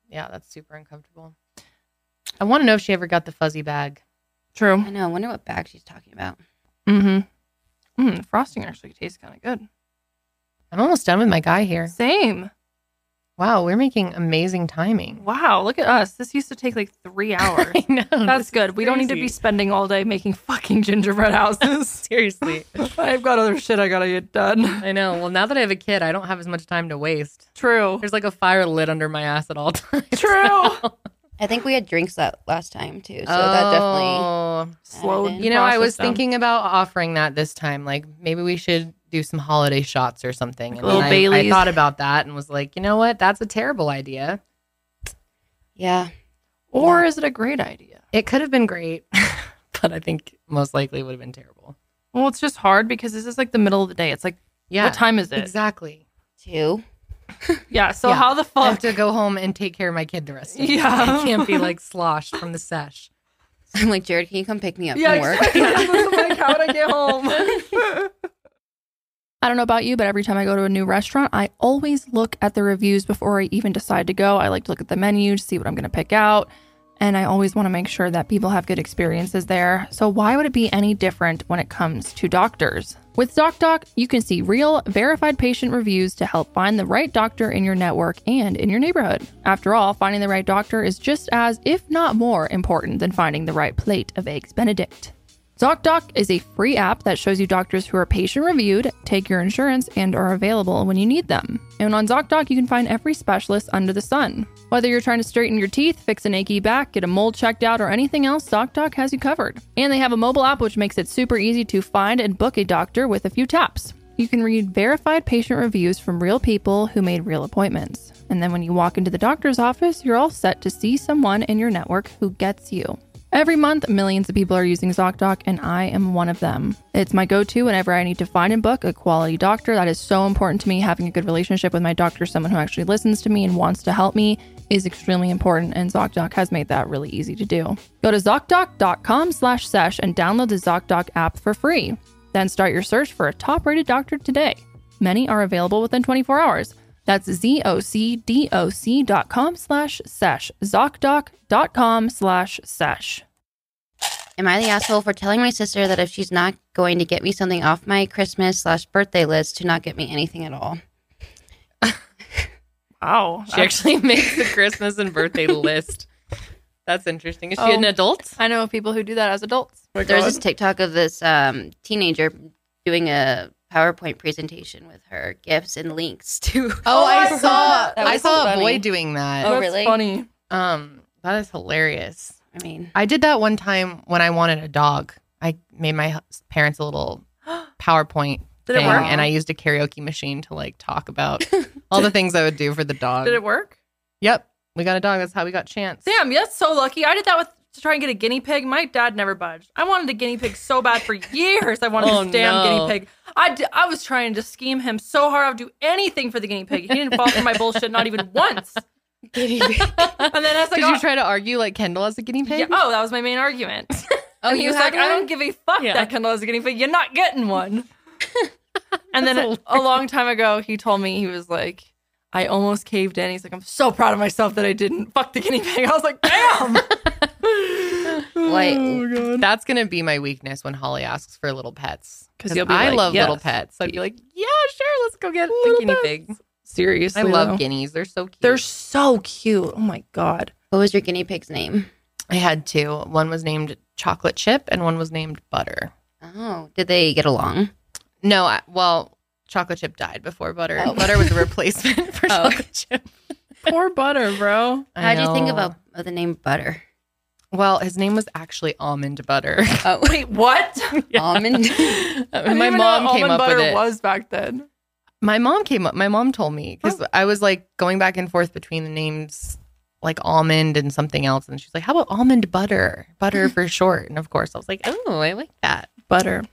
yeah. That's super uncomfortable. I want to know if she ever got the fuzzy bag. True. I know. I wonder what bag she's talking about. Mm-hmm. Mm, frosting actually tastes kind of good. I'm almost done with my guy here. Same. Wow, we're making amazing timing. Wow, look at us. This used to take like three hours. I know. That's good. We don't need to be crazy. spending all day making fucking gingerbread houses. seriously. I've got other shit I gotta get done. I know. Well, now that I have a kid, I don't have as much time to waste. True. There's like a fire lit under my ass at all times. True. I think we had drinks that last time too. So that definitely Oh. Slow. You You know, I process was them. thinking about offering that this time. Like maybe we should do some holiday shots or something. Like and little I, I Baileys. thought about that and was like, you know what? That's a terrible idea. Yeah. Or is it a great idea? It could have been great, but I think most likely it would have been terrible. Well, it's just hard because this is like the middle of the day. It's like, Yeah. what time is it? Exactly. Two. Yeah. So Yeah. how the I have fuck? to go home and take care of my kid the rest of the Yeah. day. I can't be like sloshed from the sesh. So I'm like, Jared, can you come pick me up Yeah, from work? exactly. This is like, how would I get home? I don't know about you, but every time I go to a new restaurant, I always look at the reviews before I even decide to go. I like to look at the menu to see what I'm going to pick out. And I always want to make sure that people have good experiences there. So, why would it be any different when it comes to doctors? With ZocDoc, you can see real, verified patient reviews to help find the right doctor in your network and in your neighborhood. After all, finding the right doctor is just as, if not more, important than finding the right plate of Eggs Benedict. ZocDoc is a free app that shows you doctors who are patient reviewed, take your insurance, and are available when you need them. And on ZocDoc, you can find every specialist under the sun. Whether you're trying to straighten your teeth, fix an achy back, get a mold checked out, or anything else, ZocDoc has you covered. And they have a mobile app which makes it super easy to find and book a doctor with a few taps. You can read verified patient reviews from real people who made real appointments. And then when you walk into the doctor's office, you're all set to see someone in your network who gets you. Every month, millions of people are using ZocDoc, and I am one of them. It's my go to whenever I need to find and book a quality doctor. That is so important to me. Having a good relationship with my doctor, someone who actually listens to me and wants to help me, is extremely important, and ZocDoc has made that really easy to do. Go to ZocDoc.com slash sesh and download the ZocDoc app for free. Then start your search for a top rated doctor today. Many are available within 24 hours. That's zocdoc.com slash sesh. Zocdoc.com slash sesh. Am I the asshole for telling my sister that if she's not going to get me something off my Christmas slash birthday list, to not get me anything at all? Wow. She actually makes the Christmas and birthday list. That's interesting. Is she Oh. an adult? I know people who do that as adults. There's this TikTok of this um, teenager doing a PowerPoint presentation with her gifts and links to. Oh, I I saw saw. that. That I was saw a funny. boy doing that. Oh, really? funny. Um, that is hilarious. I mean, I did that one time when I wanted a dog. I made my hu- parents a little PowerPoint Did thing, it work? and I used a karaoke machine to like talk about all the things I would do for the dog. Did it work? Yep, we got a dog. That's how we got Chance. Damn, that's so lucky. I did that with to try and get a guinea pig. My dad never budged. I wanted a guinea pig so bad for years. I wanted Oh, this damn no. guinea pig. I, d- I was trying to scheme him so hard I would do anything for the guinea pig. He didn't fall for my bullshit, not even once. And then as I Did got you try to argue like Kendall as a guinea pig? oh Yeah, oh, that was my main argument. Oh, And he you was had like, one? I don't give a fuck Yeah. that Kendall is a guinea pig. You're not getting one. and then a, That's a long time ago, he told me he was like, I almost caved in. He's like, I'm so proud of myself that I didn't fuck the guinea pig. I was like, damn. Oh, like, That's gonna be my weakness when Holly asks for little pets 'Cause you'll be I like, love little yes. pets. I'd be like, yeah, sure, let's go get the Little guinea pets. pigs. Seriously, I love though. guineas. They're so cute. They're so cute. Oh my god. what was your guinea pig's name? I had two. One was named Chocolate Chip, and one was named Butter. Oh, did they get along? No, I, well, chocolate chip died before butter. Oh. Butter was a replacement for Oh. chocolate chip. Poor butter, bro. I How would you think know. about of the name Butter? Well, his name was actually almond butter. Oh, Wait, what? almond. I didn't my even know mom what came almond up butter with it. was back then. my mom came up. My mom told me because I was like going back and forth between the names like almond and something else, and she's like, "How about almond butter? Butter for short." And of course, I was like, "Oh, I like that." Butter.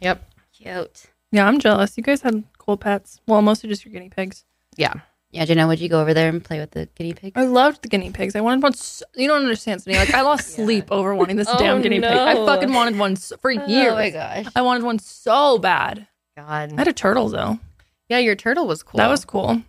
Yep. Cute. Yeah, I'm jealous. You guys had cool pets. Well, mostly just your guinea pigs. Yeah, Janelle, would you go over there and play with the guinea pig? I loved the guinea pigs. I wanted one. So, you don't understand, Sydney. Like I lost Yeah. sleep over wanting this Oh, damn guinea pig. I no. fucking wanted one so, for years. Oh my gosh. I wanted one so bad. I God. had a turtle though. Yeah, your turtle was cool. That was cool.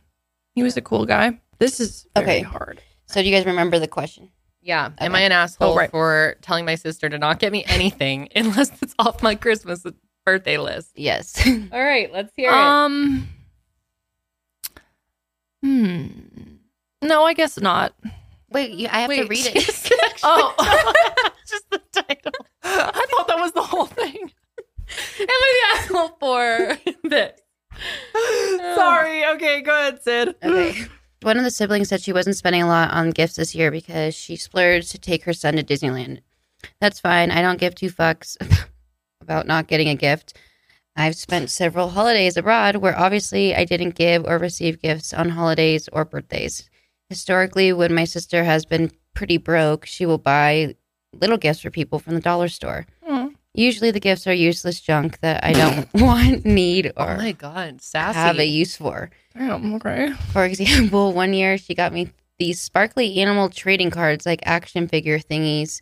He was a cool guy. This is very Okay. hard. So, do you guys remember the question? Yeah. Am I Okay. an asshole Oh, right. for telling my sister to not get me anything unless it's off my Christmas and birthday list? Yes. All right, let's hear Um. Hmm. No, I guess not. Wait, you, I have to read it. Oh, Just the title. I thought that was the whole thing. Am I the asshole for this? Sorry. Okay, go ahead, Sid. Okay. One of the siblings said she wasn't spending a lot on gifts this year because she splurged to take her son to Disneyland. That's fine. I don't give two fucks about not getting a gift. I've spent several holidays abroad where obviously I didn't give or receive gifts on holidays or birthdays. Historically, when my sister has been pretty broke, she will buy little gifts for people from the dollar store. Hmm. Usually, the gifts are useless junk that I don't want, need, Oh or my god, sassy. have a use for. Damn. Okay. For example, one year she got me these sparkly animal trading cards, like action figure thingies,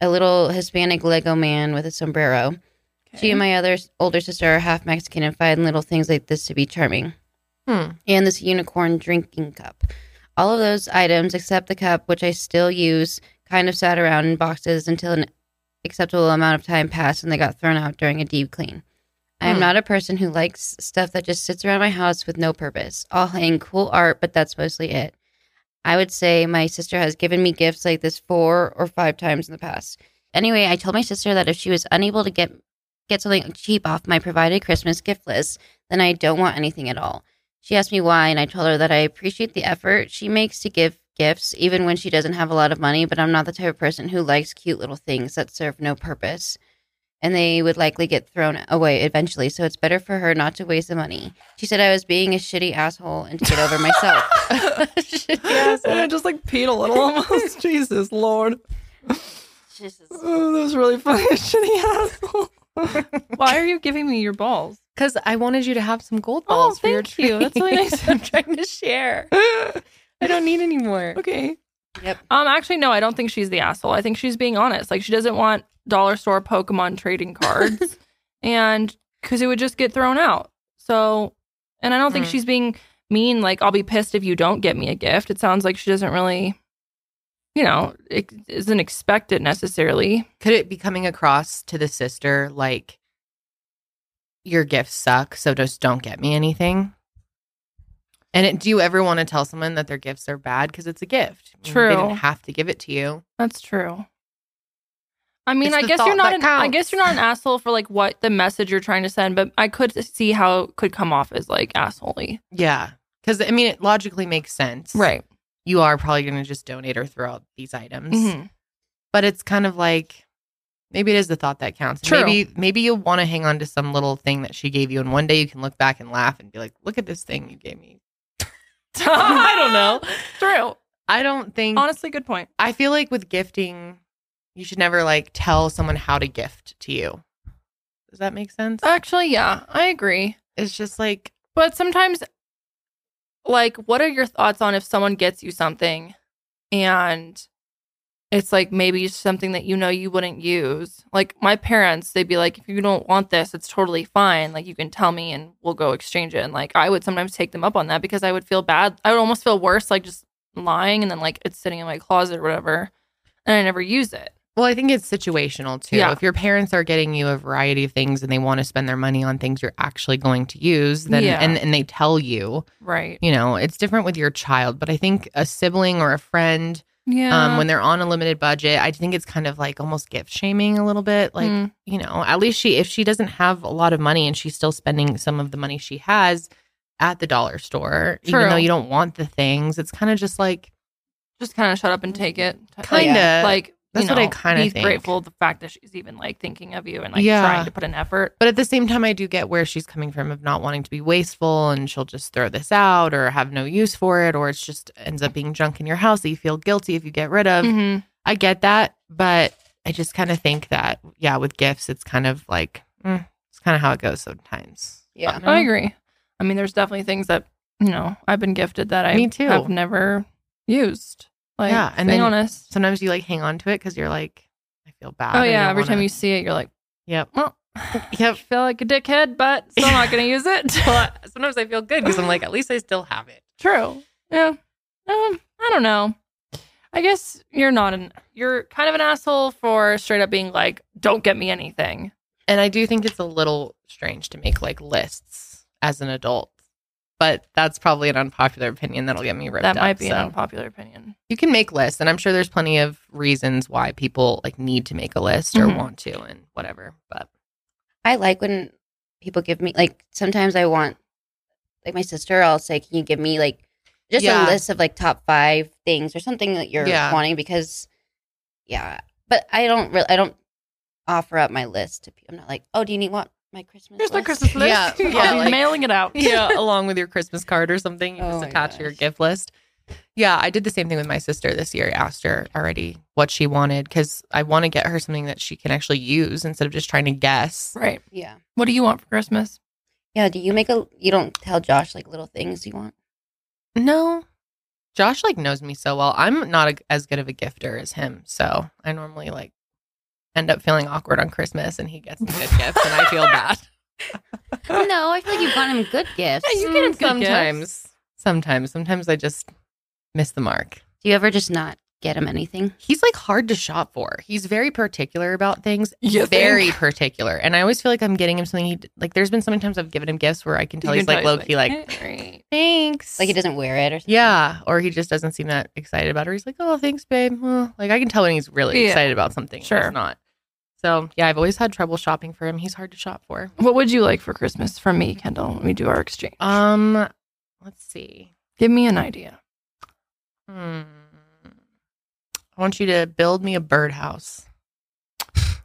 a little Hispanic Lego man with a sombrero. She and my other older sister are half Mexican and find little things like this to be charming. Hmm. And this unicorn drinking cup. All of those items, except the cup, which I still use, kind of sat around in boxes until an acceptable amount of time passed and they got thrown out during a deep clean. I am Hmm. not a person who likes stuff that just sits around my house with no purpose. I'll hang cool art, but that's mostly it. I would say my sister has given me gifts like this four or five times in the past. Anyway, I told my sister that if she was unable to get get something cheap off my provided Christmas gift list, then I don't want anything at all. She asked me why, and I told her that I appreciate the effort she makes to give gifts, even when she doesn't have a lot of money, but I'm not the type of person who likes cute little things that serve no purpose. And they would likely get thrown away eventually, so it's better for her not to waste the money. She said I was being a shitty asshole and to get over myself. and I just like peed a little almost. Jesus Lord. Oh, that was really funny. Shitty asshole. Why are you giving me your balls? Because I wanted you to have some gold balls for your Oh, thank you. tree. That's really nice. I'm trying to share. I don't need any more. okay. Yep. Um, actually, no, I don't think she's the asshole. I think she's being honest. Like, she doesn't want dollar store Pokemon trading cards, and because it would just get thrown out. So, and I don't think Mm. she's being mean. Like, I'll be pissed if you don't get me a gift. It sounds like she doesn't really, you know, it isn't expect it necessarily. Could it be coming across to the sister like your gifts suck, so just don't get me anything? And it, do you ever want to tell someone that their gifts are bad because it's a gift? I mean, They True. didn't have to give it to you. That's true. I mean, It's I the guess thought you're not. that An, I counts. guess you're not an asshole for like what the message you're trying to send, but I could see how it could come off as like assholey. Yeah. Because, I mean, it logically makes sense. Right. You are probably going to just donate or throw out these items. Mm-hmm. but it's kind of like maybe it is the thought that counts. True. Maybe maybe you'll want to hang on to some little thing that she gave you, and one day you can look back and laugh and be like, "Look at this thing you gave me." I don't know. Mm. True. I don't think. Honestly, good point. I feel like with gifting, you should never like tell someone how to gift to you. Does that make sense? Actually, yeah, I agree. it's just like But sometimes, like, what are your thoughts on if someone gets you something and it's like maybe something that you know you wouldn't use? Like, my parents, they'd be like, if you don't want this, it's totally fine. Like, you can tell me and we'll go exchange it. And like, I would sometimes take them up on that because I would feel bad. I would almost feel worse, like, just lying and then like it's sitting in my closet or whatever. And I never use it. Well, I think it's situational too. Yeah. If your parents are getting you a variety of things and they want to spend their money on things you're actually going to use, then Yeah. and, and they tell you, Right. you know it's different with your child but i think a sibling or a friend Yeah. um, when they're on a limited budget i think it's kind of like almost gift shaming a little bit like Mm. you know at least she if she doesn't have a lot of money and she's still spending some of the money she has at the dollar store True. even though you don't want the things it's kind of just like just kind of shut up and take it. Like- Kinda. like you That's what I know, kinda be think. grateful the fact that she's even like thinking of you and like Yeah. trying to put an effort. but at the same time i do get where she's coming from of not wanting to be wasteful and she'll just throw this out or have no use for it or it's just ends up being junk in your house that you feel guilty if you get rid of Mhm. I get that, but I just kind of think that yeah, with gifts, it's kind of like mm, it's kind of how it goes sometimes. Yeah. No? I agree. I mean, there's definitely things that you know I've been gifted that I Me too. have never used. Like, Yeah, and and being then- honest. Sometimes you like hang on to it because you're like, I feel bad. Oh I yeah, don't every wanna- time you see it, you're like, Yep. well, I Yep. feel like a dickhead, but still not going to use it. But sometimes I feel good because I'm like, at least I still have it. True. Yeah. Um, I don't know. I guess you're not an. You're kind of an asshole for straight up being like, "Don't get me anything." And I do think it's a little strange to make like lists as an adult, but that's probably an unpopular opinion that'll get me ripped. that up, might be so. an unpopular opinion. you can make lists and i'm sure there's plenty of reasons why people like need to make a list or Mhm. want to and whatever but I like when people give me like sometimes I want like my sister I'll say can you give me like just Yeah. a list of like top 5 things or something that you're Yeah. wanting because yeah but I don't really I don't offer up my list to people I'm not like oh do you need what my Christmas Here's list? my Christmas list. Yeah, I'll yeah, be like- mailing it out. yeah, along with your Christmas card or something, you Oh just my attach to your gosh. gift list. Yeah, I did the same thing with my sister this year. I asked her already what she wanted because I want to get her something that she can actually use instead of just trying to guess. Right. yeah What do you want for Christmas? yeah do you make a you don't tell Josh like little things you want No, Josh like knows me so well. I'm not a, as good of a gifter as him, so I normally like end up feeling awkward on Christmas, and he gets the good gifts, and I feel bad. no I feel like you've gotten him good gifts Yeah, you- Mm, get him good sometimes. Sometimes, sometimes I just miss the mark. do you ever just not get him anything. He's like hard to shop for. He's very particular about things. You Very particular. And I always feel like I'm getting him something he like there's been so many times I've given him gifts where I can tell he's like low key like, thanks. Like he doesn't wear it or something. Yeah. Or he just doesn't seem that excited about it. Or he's like, oh thanks, babe. Well, like I can tell when he's really Yeah. excited about something. and Sure. It's not. So yeah, I've always had trouble shopping for him. He's hard to shop for. What would you like for Christmas from me, Kendall? When we do our exchange. Um let's see. Give me an idea. Hmm. I want you to build me a birdhouse.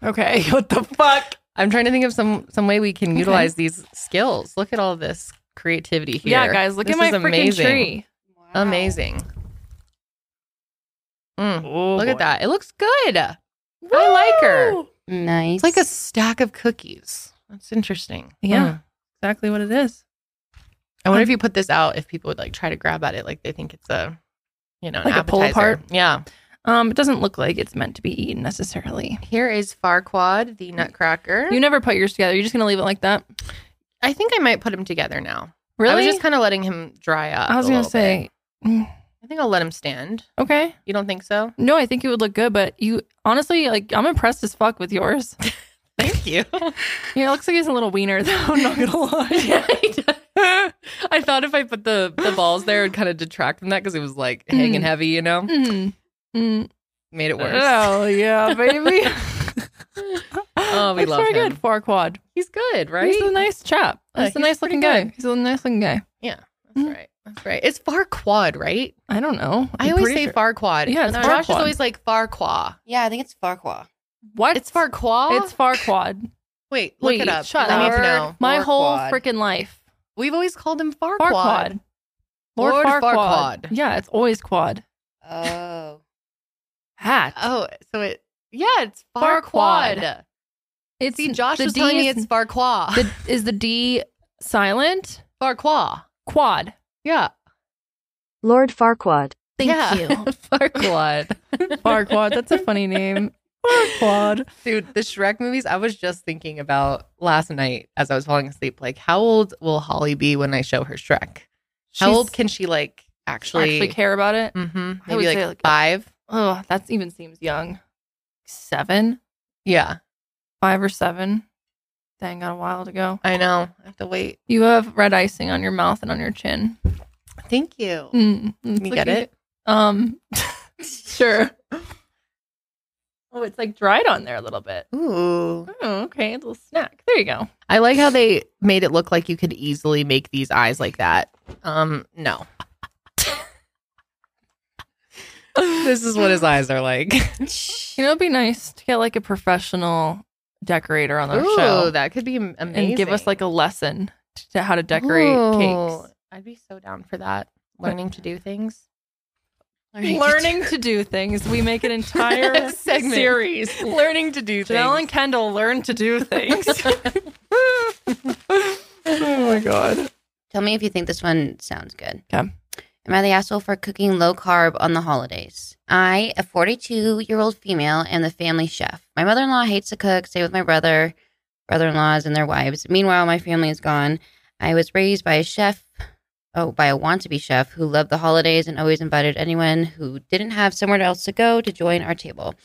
Okay. What the fuck? I'm trying to think of some some way we can Okay. utilize these skills. Look at all this creativity here. Yeah, guys, look This at my is freaking amazing. tree. Wow. Amazing. Mm, Oh, look at that. It looks good. I like her. Nice. It's like a stack of cookies. That's interesting. Yeah, Mm. exactly what it is. I wonder if you put this out, if people would like try to grab at it, like they think it's a, you know, an Like a pull appetizer. apart? Yeah. Um, it doesn't look like it's meant to be eaten necessarily. Here is Farquad, the Nutcracker. You never put yours together. You're just gonna leave it like that. I think I might put him together now. Really? I was just kind of letting him dry up. I was a gonna little bit. say, mm, I think I'll let him stand. okay. You don't think so? No, I think it would look good, but you honestly, like, I'm impressed as fuck with yours. Thank you. Yeah, it looks like he's a little wiener though. I'm not gonna lie. I thought if I put the the balls there, it would kind of detract from that because it was like hanging Mm. heavy, you know. mm. Mm. Made it worse. Oh yeah, baby. Oh, we Looks love very him. good. Farquad. He's good, right? Right? He's a nice chap. Uh, He's a he's nice looking pretty guy. good. He's a nice looking guy. That's right. That's right. It's far quad, right? I don't know. i I'm always pretty say sure- far quad. Yeah, it's And Josh is Farquad. always like far qua. Yeah, I think it's Farqua. what? It's far qua. It's Farquad. wait, look Wait, it up. shut I need up. to know. My whole Farquad. freaking life. We've always called him far quad. Farquad. Lord, Lord Farquad. Farquad. Yeah, it's always quad. Oh. Hat. Oh, so it yeah, it's far Farquad. quad. it's See, Josh the was D telling me is- it's far qua. the, is the D silent? Far qua. Quad. Yeah. Lord Farquaad. Thank Yeah. you. Farquad. Farquad. That's a funny name. Farquad. Dude, the Shrek movies, I was just thinking about last night as I was falling asleep. Like, how old will Holly be when I show her Shrek? How She's- old can she, like, actually, actually care about it? Mhm. would Maybe like, say, like, five? Oh, that even seems young. Seven, Yeah, five or seven. Dang, got a while to go. I know. I have to wait. You have red icing on your mouth and on your chin. Thank you. Mm, it's You get looking- it? Um, sure. Oh, it's like dried on there a little bit. Ooh. Oh, okay, a little snack. There you go. I like how they made it look like you could easily make these eyes like that. Um, no. This is what his eyes are like. You know, it'd be nice to get like a professional decorator on our Ooh, show that could be am- amazing. and give us like a lesson t- to how to decorate Ooh, cakes. I'd be so down for that. Learning to do things. Learning, Learning to do things. We make an entire Segment. series. learning to do Janelle and Kendall learn to do things. oh my god. Tell me if you think this one sounds good. Okay. Am I the asshole for cooking low carb on the holidays? I, a 42 year old female, am the family chef. My mother in law hates to cook, stay with my brother, brother in laws, and their wives. Meanwhile, my family is gone. I was raised by a chef, oh, by a want to be chef who loved the holidays and always invited anyone who didn't have somewhere else to go to join our table.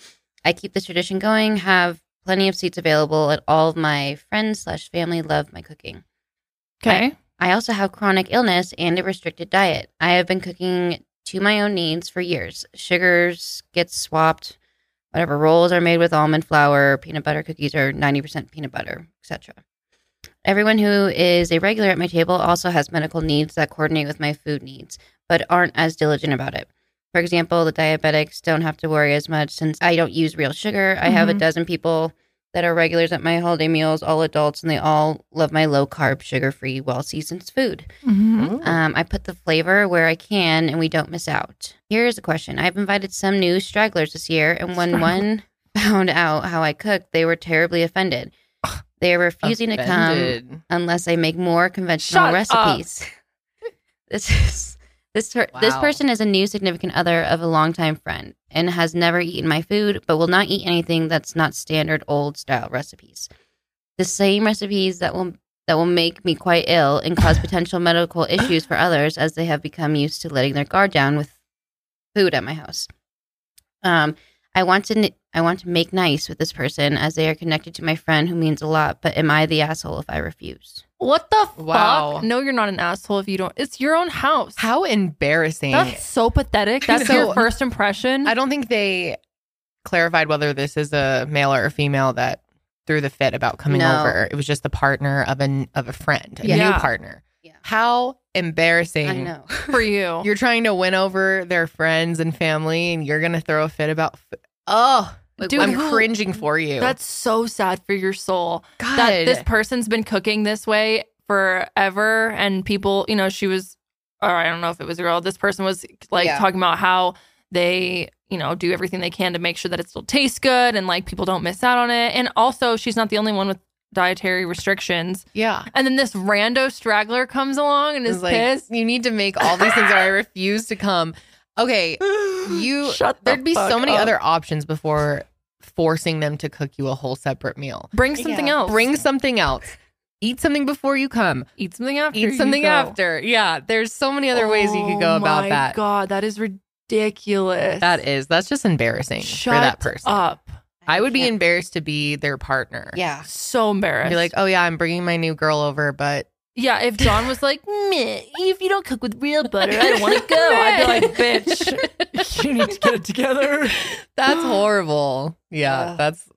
I keep this tradition going, have plenty of seats available, and all of my friends slash family love my cooking. Okay. I also have chronic illness and a restricted diet. I have been cooking to my own needs for years. Sugars get swapped. Whatever rolls are made with almond flour, peanut butter cookies are 90% peanut butter, etc. Everyone who is a regular at my table also has medical needs that coordinate with my food needs, but aren't as diligent about it. For example, the diabetics don't have to worry as much since I don't use real sugar. I have a Mhm. dozen people that are regulars at my holiday meals, all adults, and they all love my low carb, sugar free, well seasoned food. Mm-hmm. Uh, Um, I put the flavor where I can and we don't miss out. Here's a question I've invited some new stragglers this year, and when Straggle- one found out how I cooked, they were terribly offended. They are refusing to come unless I make more conventional Shut up. recipes. this is this her, this Wow. person is a new significant other of a longtime friend and has never eaten my food, but will not eat anything that's not standard old style recipes. The same recipes that will that will make me quite ill and cause potential medical issues for others as they have become used to letting their guard down with food at my house. Um, I want to n- I want to make nice with this person as they are connected to my friend who means a lot. But am I the asshole if I refuse? What the Wow. fuck? No, you're not an asshole if you don't. It's your own house. How embarrassing. That's so pathetic. That's know. your first impression. I don't think they clarified whether this is a male or a female that threw the fit about coming No. over. It was just the partner of an of a friend, a new Yeah. partner. Yeah. How embarrassing. I know. for you. You're trying to win over their friends and family and you're going to throw a fit about f- Oh, Like, Dude, I'm who- cringing for you. That's so sad for your soul. God. That this person's been cooking this way forever, and people, you know, she was, or I don't know if it was a girl. This person was like Yeah. talking about how they, you know, do everything they can to make sure that it still tastes good and like people don't miss out on it. And also, she's not the only one with dietary restrictions. yeah. And then this rando straggler comes along and It's is like, pissed. you need to make all these things or I refuse to come. Okay, you Shut the there'd be so fuck many up. other options before forcing them to cook you a whole separate meal. Bring something Yeah. else. Bring something else. Eat something before you come. eat something after. Eat you something go. after. Yeah, there's so many other ways you could go Oh about my that. God, that is ridiculous. That is that's just embarrassing Shut for that person. up. I would be can't- embarrassed to be their partner. Yeah. So embarrassed. Be like, oh yeah, I'm bringing my new girl over, but yeah. If John was like, meh, if you don't cook with real butter, I don't want to go. I'd be like, bitch, you need to get it together. That's horrible. Yeah, Ugh. that's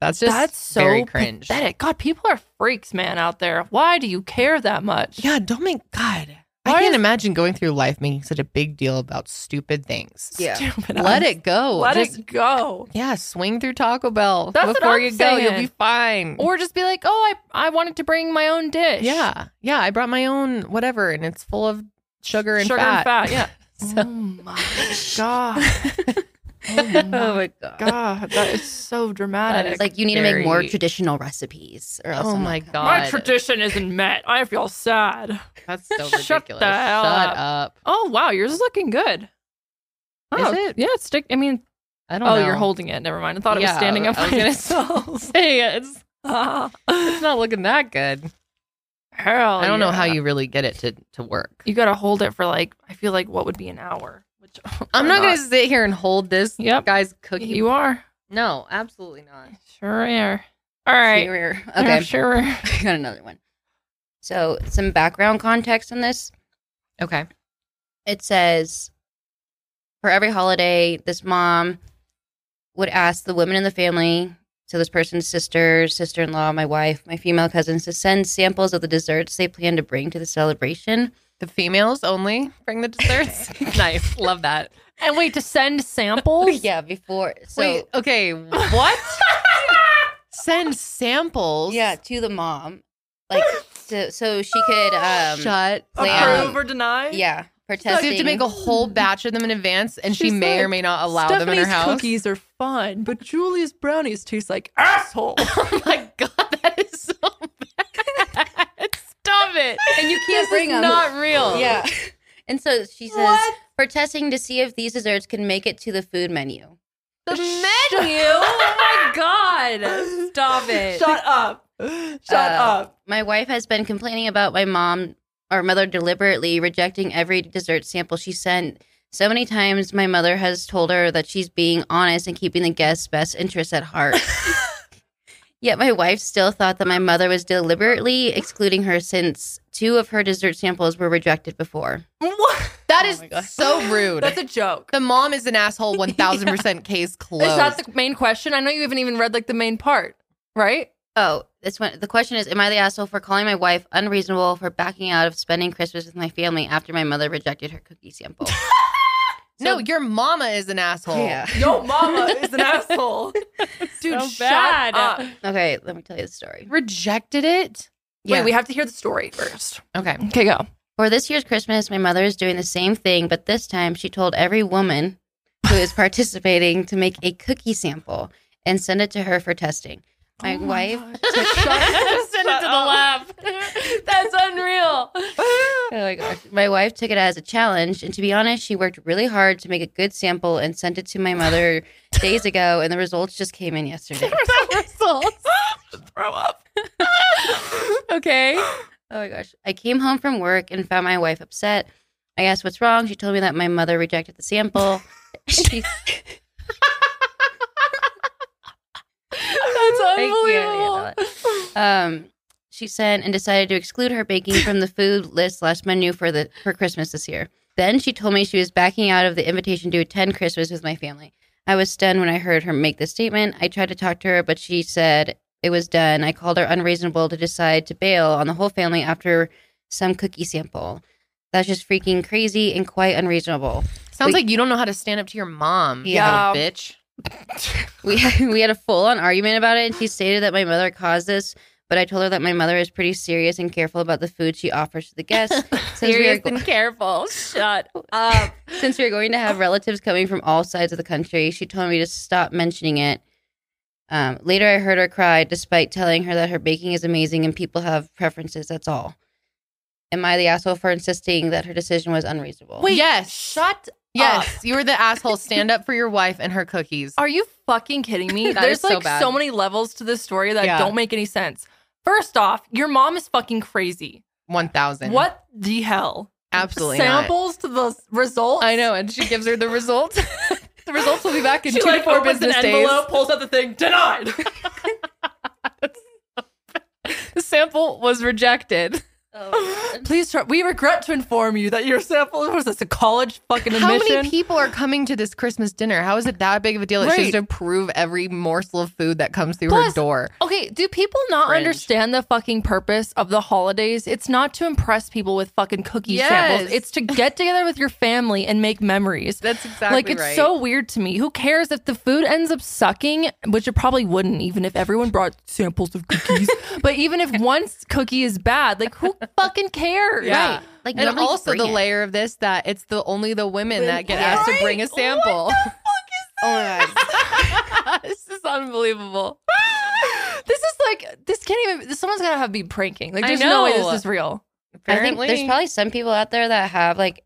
that's just that's so very cringe. pathetic. God, people are freaks, man, out there. Why do you care that much? Yeah, don't make God. I Why can't is- imagine going through life making such a big deal about stupid things. Yeah. Stupid Let ass. it go. Let Just- it go. Yeah, swing through Taco Bell That's what before I'm you go. saying. You'll be fine. Or just be like, oh, I I wanted to bring my own dish. yeah, yeah. I brought my own whatever, and it's full of sugar and Sugar fat. and fat. Yeah. So- Oh my god. Oh Oh my my god. god. That is so dramatic. That is It's like you need to make more Very- traditional recipes. Or else Oh I'm my not- god, My tradition isn't met. I feel sad. that's so ridiculous. Shut the hell Shut up. up. Oh wow, yours is looking good. Is it? Yeah, it's stick. I mean, I don't oh, know. you're holding it. Never mind. I thought it was Yeah, standing up. I was by gonna itself. Hey, it's Ah, it's not looking that good. Hell, I don't know how yeah. you really get it to to work. You gotta hold it for like. I feel like what would be an hour. Which I'm not, gonna sit here and hold this Yep. guy's cookie. You are no, absolutely not. sure are. All right. Superior. Yeah, Okay. Sure. are. I got another one. So some background context on this. Okay. it says for every holiday, this mom would ask the women in the family, so this person's sister, sister in law, my wife, my female cousins, to send samples of the desserts they plan to bring to the celebration. The females only bring the desserts. nice. Love that. And wait to send samples. Oh, Yeah, before. So, Wait, okay, what? Send samples. yeah, to the mom. Like, to, so she could, um, Shut. plan- Approve or deny? yeah, for So you testing. have to make a whole batch of them in advance, and she She's may or like, may not allow them in her Stephanie's house. cookies are fun, but Julia's brownies taste like asshole. Oh my god, that is so bad. Stop it. and you can't This bring is them. not real. yeah. And so she says, for testing to see if these desserts can make it to the food menu. The menu. Oh my god! Stop it! Uh, Shut up! Shut up! My wife has been complaining about my mom or mother deliberately rejecting every dessert sample she sent. So many times, my mother has told her that she's being honest and keeping the guests' best interests at heart. Yet, my wife still thought that my mother was deliberately excluding her since two of her dessert samples were rejected before. What? That Oh is my God. so rude. That's a joke. the mom is an asshole 1000% case closed. Is that the main question? I know you haven't even read like the main part, right? Oh, this one. The question is Am I the asshole for calling my wife unreasonable for backing out of spending Christmas with my family after my mother rejected her cookie sample? no, your mama is an asshole. Yo, mama is an asshole, dude. So shut bad. up. Okay, let me tell you the story. Rejected it? Wait, we have to hear the story first. Oh Okay. Okay, go. For this year's Christmas, my mother is doing the same thing, but this time she told every woman who is participating to make a cookie sample and send it to her for testing. Oh My wife, Send it to the lab. That's unreal. oh my, gosh. my wife took it as a challenge, and to be honest, she worked really hard to make a good sample and sent it to my mother days ago, and the results just came in yesterday. results. Throw up. Okay. Oh my gosh. I came home from work and found my wife upset. I asked what's wrong. She told me that my mother rejected the sample. she, Thank Um, she said and decided to exclude her baking from the food list slash menu for the for Christmas this year. Then she told me she was backing out of the invitation to attend Christmas with my family. I was stunned when I heard her make this statement. I tried to talk to her, but she said it was done. I called her unreasonable to decide to bail on the whole family after some cookie sample. That's just freaking crazy and quite unreasonable. Sounds We- like you don't know how to stand up to your mom. you Yeah. little bitch. we we had a full on argument about it, and she stated that my mother caused this. But I told her that my mother is pretty serious and careful about the food she offers to the guests. since, we are, Serious go- and careful. Shut up. since we are going to have relatives coming from all sides of the country, she told me to stop mentioning it. Um, later, I heard her cry, despite telling her that her baking is amazing and people have preferences. That's all. Am I the asshole for insisting that her decision was unreasonable? Wait, Yes. Shut. Yes, you were the asshole. Stand up for your wife and her cookies. Are you fucking kidding me? That There's is so like so, bad. many levels to this story that Yeah. don't make any sense. First off, your mom is fucking crazy. One thousand. What the hell? Absolutely not. Samples to the results. I know, and she gives her the results. the results will be back in She two like to four opens business an days. envelope, pulls out the thing, denied. The sample was rejected. Please try. We regret to inform you that your sample was this a college fucking How admission. many people are coming to this Christmas dinner? How is it that big of a deal? It Right. She has to approve every morsel of food that comes through Plus- her door. Okay, do people not Cringe. understand the fucking purpose of the holidays? It's not to impress people with fucking cookie Yes. samples. It's to get together with your family and make memories. That's exactly like it's so weird to me. Who cares if the food ends up sucking, which it probably wouldn't even if everyone brought samples of cookies. but even if one s- cookie is bad, like who fucking cares? Yeah. Right. Like, and nobody also bring the it. layer of this that it's the only the women that get Yeah. asked to Right? bring a What sample. the fuck Oh my god. this is unbelievable. this is like this can't even. This, someone's gotta have be pranking. Like I there's no way this know. is real. Apparently, I think there's probably some people out there that have like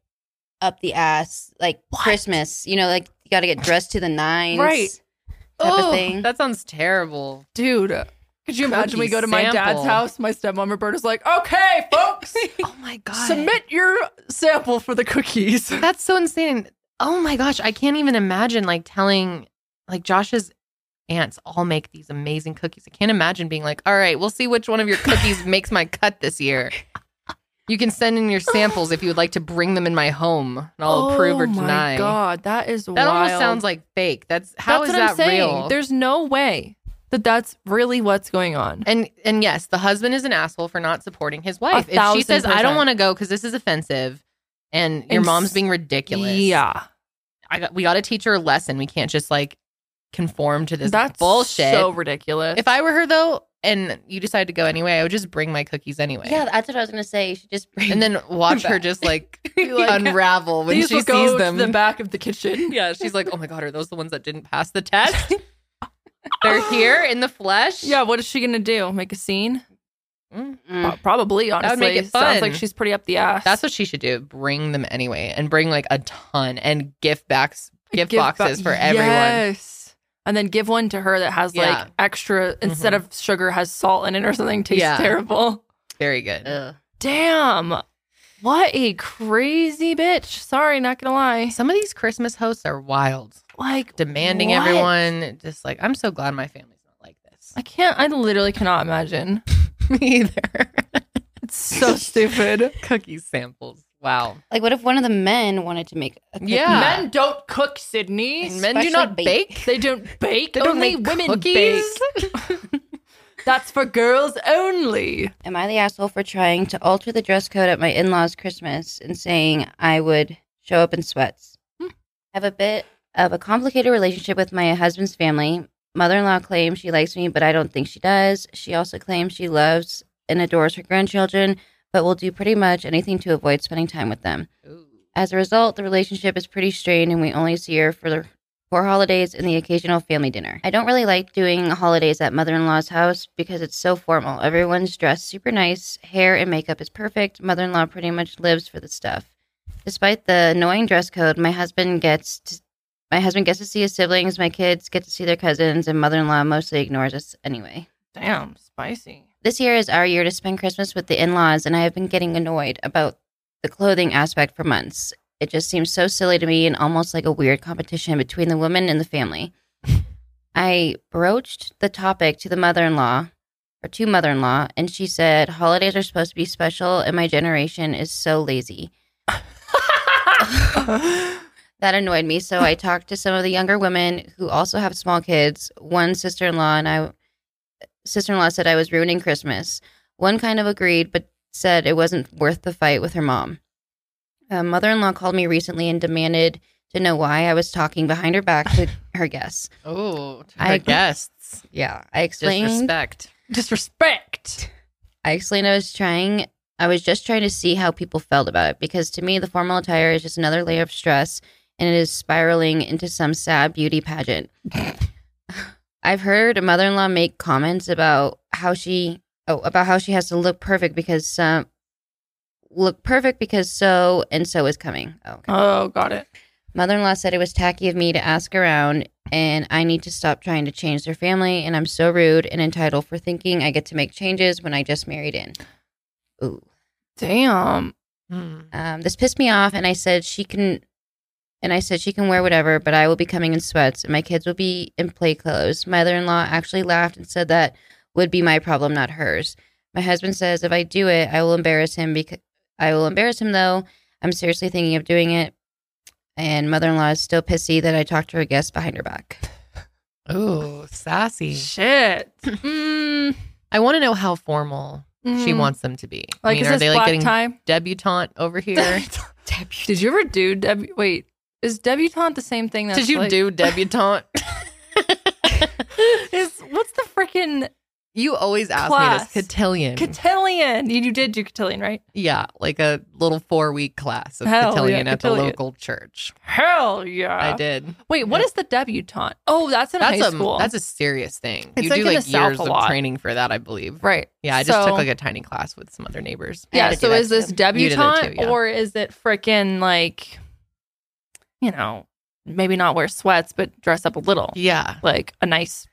up the ass, like What? Christmas. You know, like you got to get dressed to the nines, Right. Type Ugh, of thing. That sounds terrible. Dude, could you imagine Cookie we go to my dad's sample. house? My stepmom Roberta's like, okay, folks, Oh my god. submit your sample for the cookies. That's so insane. Oh my gosh, I can't even imagine like telling like Josh's aunts all make these amazing cookies. I can't imagine being like, "All right, we'll see which one of your cookies makes my cut this year." You can send in your samples if you would like to bring them in my home, and I'll approve or deny. Oh my god, that is That almost sounds like fake. That's how is that's what I'm that saying. real? There's no way that that's really what's going on. and and yes, the husband is an asshole for not supporting his wife. If she thousand says, "I percent. don't want to go because this is offensive," and your And mom's s- being ridiculous, Yeah, I got, we got to teach her a lesson. We can't just like conform to this that's bullshit. So ridiculous. if I were her though, and you decide to go anyway, I would just bring my cookies anyway. Yeah, that's what I was gonna say. You should just bring. And then watch her Back. just like, Like, unravel when These she will sees go to them. the back of the kitchen. yeah, she's like, oh my God, are those the ones that didn't pass the test? They're here in the flesh. Yeah, what is she gonna do? Make a scene? Mm. Mm. Pro- Probably, honestly. would make it Sounds fun. like she's pretty up the ass. That's what she should do. Bring them anyway and bring like a ton and gift backs, gift, Give ba- boxes for everyone. Yes. And then give one to her that has Yeah. Mm-hmm. like extra instead of sugar has salt in it or something. Tastes Yeah. terrible. Very good. Ugh. Damn. What a crazy bitch. Sorry, not gonna lie. Some of these Christmas hosts are wild, Like demanding what? everyone. Just like, I'm so glad my family's not like this. I can't I literally cannot imagine. Me either. It's so stupid. Cookie samples. Wow. Like, what if one of the men wanted to make? A cookie? Yeah. Men don't cook, Sydney. And men do not Especially bake. they don't bake. They Only make women cookies. bake. That's for girls only. Am I the asshole for trying to alter the dress code at my in-laws' Christmas and saying I would show up in sweats? Hmm. I have a bit of a complicated relationship with my husband's family. Mother-in-law claims she likes me, but I don't think she does. She also claims she loves and adores her grandchildren, but will do pretty much anything to avoid spending time with them. As a result, the relationship is pretty strained, and we only see her for the for holidays and the occasional family dinner. I don't really like doing holidays at mother in law's house because it's so formal. Everyone's dressed super nice, hair and makeup is perfect. Mother in law pretty much lives for the stuff. Despite the annoying dress code, my husband gets to, my husband gets to see his siblings, my kids get to see their cousins, and mother in law mostly ignores us anyway. Damn, spicy. This year is our year to spend Christmas with the in laws, and I have been getting annoyed about the clothing aspect for months. It just seems so silly to me and almost like a weird competition between the woman and the family. I broached the topic to the mother in law or to mother in law, and she said, Holidays are supposed to be special, and my generation is so lazy. That annoyed me. So I talked to some of the younger women who also have small kids. One sister in law and I, sister in law said I was ruining Christmas. One kind of agreed, but said it wasn't worth the fight with her mom. Uh, Mother in law called me recently and demanded to know why I was talking behind her back to her guests. Oh, to I- our guests. Yeah, I explained. Disrespect. Disrespect. I explained I was trying. I was just trying to see how people felt about it because to me, the formal attire is just another layer of stress and it is spiraling into some sad beauty pageant. I've heard a mother-in-law make comments about how she oh about how she has to look perfect because some look perfect because so and so is coming. Oh, okay. Oh, got it. Mother-in-law said it was tacky of me to ask around and I need to stop trying to change their family and I'm so rude and entitled for thinking I get to make changes when I just married in. Ooh. Damn. Hmm. Um, this pissed me off and I said she can and I said she can wear whatever, but I will be coming in sweats and my kids will be in play clothes. Mother in law actually laughed and said that would be my problem, not hers. My husband says if I do it, I will embarrass him because I will embarrass him though. I'm seriously thinking of doing it. And mother in law is still pissy that I talked to her guest behind her back. Oh, sassy. Shit. Mm, I want to know how formal she mm. wants them to be. I Like, mean, is are this they like black getting tie? debutante over here? Did you ever do deb? Wait, is debutante the same thing? That's Did you like- do debutante? Is what's the freaking you always ask Class. me this cotillion. cotillion? You, you did do cotillion, right? yeah, like a little four week class of Hell yeah, cotillion at the cotillion. local church. Hell yeah! I did. Wait, what Yeah. is the debutante? Oh, that's in That's high a school. that's a serious thing. It's you like do in the like South years a of lot. training for that, I believe. right. Yeah, I just So- took like a tiny class with some other neighbors. I had Yeah. to do So that is this too. You did that too, debutante yeah. or is it freaking like, you know, maybe not wear sweats but dress up a little, Yeah, like a nice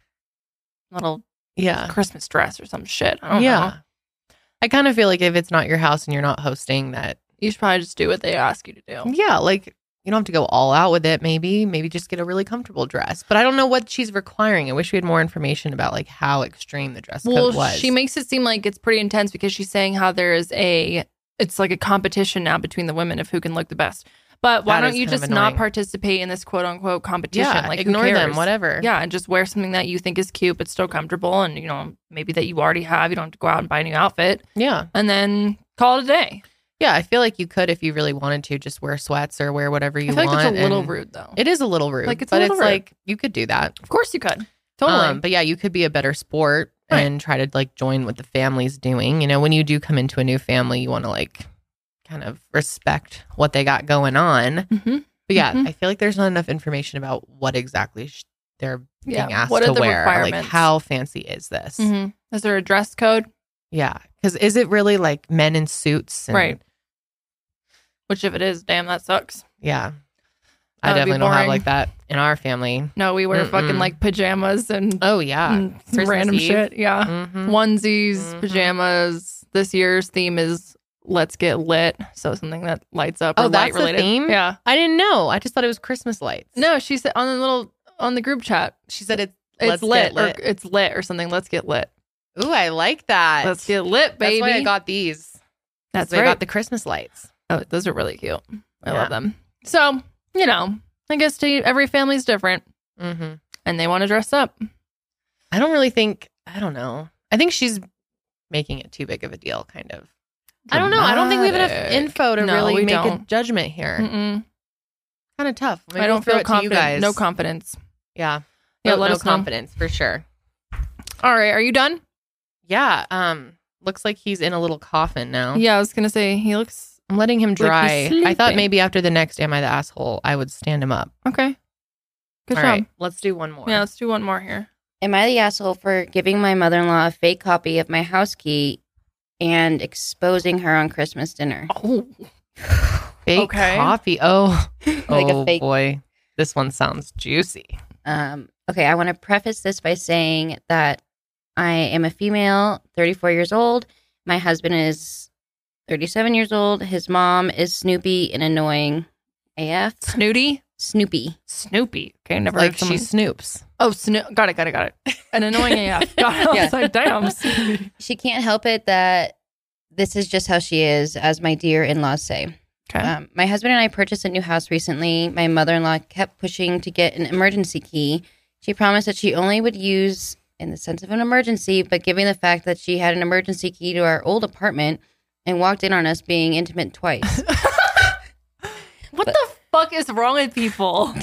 little yeah, Christmas dress or some shit. I don't Uh-huh. yeah. know. I kind of feel like if it's not your house and you're not hosting, that You should probably just do what they ask you to do. yeah, like you don't have to go all out with it. Maybe maybe just get a really comfortable dress. But I don't know what she's requiring. I wish we had more information about like how extreme the dress Well, code was. she makes it seem like it's pretty intense because she's saying how there is a it's like a competition now between the women of who can look the best. But why That don't is you kind of just not annoying. participate in this quote unquote competition? yeah, like who ignore them, cares? whatever. Yeah, and just wear something that you think is cute but still comfortable and you know, maybe that you already have. You don't have to go out and buy a new outfit yeah. and then call it a day. Yeah, I feel like you could if you really wanted to just wear sweats or wear whatever you I feel want. like it's a little and- rude though. It is a little rude. Like, it's a but little it's rude. like you could do that. of course you could. Um, but yeah, you could be a better sport Right. and try to like join what the family's doing. You know, when you do come into a new family, you want to like kind of respect what they got going on. hmm But yeah, Mhm. I feel like there's not enough information about what exactly sh- they're Yeah. being asked what are to the wear. Like, requirements? how fancy is this? hmm Is there a dress code? Yeah, because is it really like men in suits? And, Right. Which, if it is, damn, that sucks. Yeah. I That would be definitely don't have boring. like that in our family. No, we wear fucking Mm-mm. like pajamas and, Oh yeah. and some Christmas random Eve. shit. Yeah. Mhm. Onesies, Mhm. pajamas. This year's theme is let's get lit. So something that lights up Oh, or that's light the related. theme? Yeah. I didn't know. I just thought it was Christmas lights. No, she said on the little, on the group chat, she said it's it's Let's lit, get lit. or it's lit or something. Let's get lit. Ooh, I like that. Let's get lit, baby. That's why I got these. 'Cause That's they right. got the Christmas lights. Oh, those are really cute. I Yeah. love them. So, you know, I guess to every family's different hmm and they want to dress up. I don't really think. I don't know. I think she's making it too big of a deal, kind of. I don't know. I don't think we have enough Dramatic. info to No, we really make a don't. judgment here. Mm-mm. Kind of tough. Maybe I we'll don't throw feel it to you confident. guys. No confidence. Yeah. Yeah, no, let no us know. confidence for sure. Oh, All right, are you done? Yeah. Um. Looks like he's in a little coffin now. Yeah, I was gonna say he looks I'm letting him Like dry. he's I thought sleeping. maybe after the next "Am I the asshole?" I would stand him up. okay. Good All job. right, let's do one more. Yeah, let's do one more here. Am I the asshole for giving my mother in law a fake copy of my house key and exposing her on Christmas dinner? Oh, fake Okay. coffee. Oh, Like a oh fake- boy, this one sounds juicy. Um, okay, I want to preface this by saying that I am a female, 34 years old. My husband is 37 years old. His mom is Snoopy and annoying AF. Snooty, Snoopy. Snoopy. Okay, never like heard someone. she snoops. Oh, sno- got it, got it, got it. An annoying AF. Got it. I Yeah. was like, damn. Cindy. She can't help it that this is just how she is, as my dear in laws say. Okay. Um, my husband and I purchased a new house recently. My mother in law kept pushing to get an emergency key. She promised that she only would use in the sense of an emergency, but given the fact that she had an emergency key to our old apartment and walked in on us being intimate twice. What the fuck is wrong with people?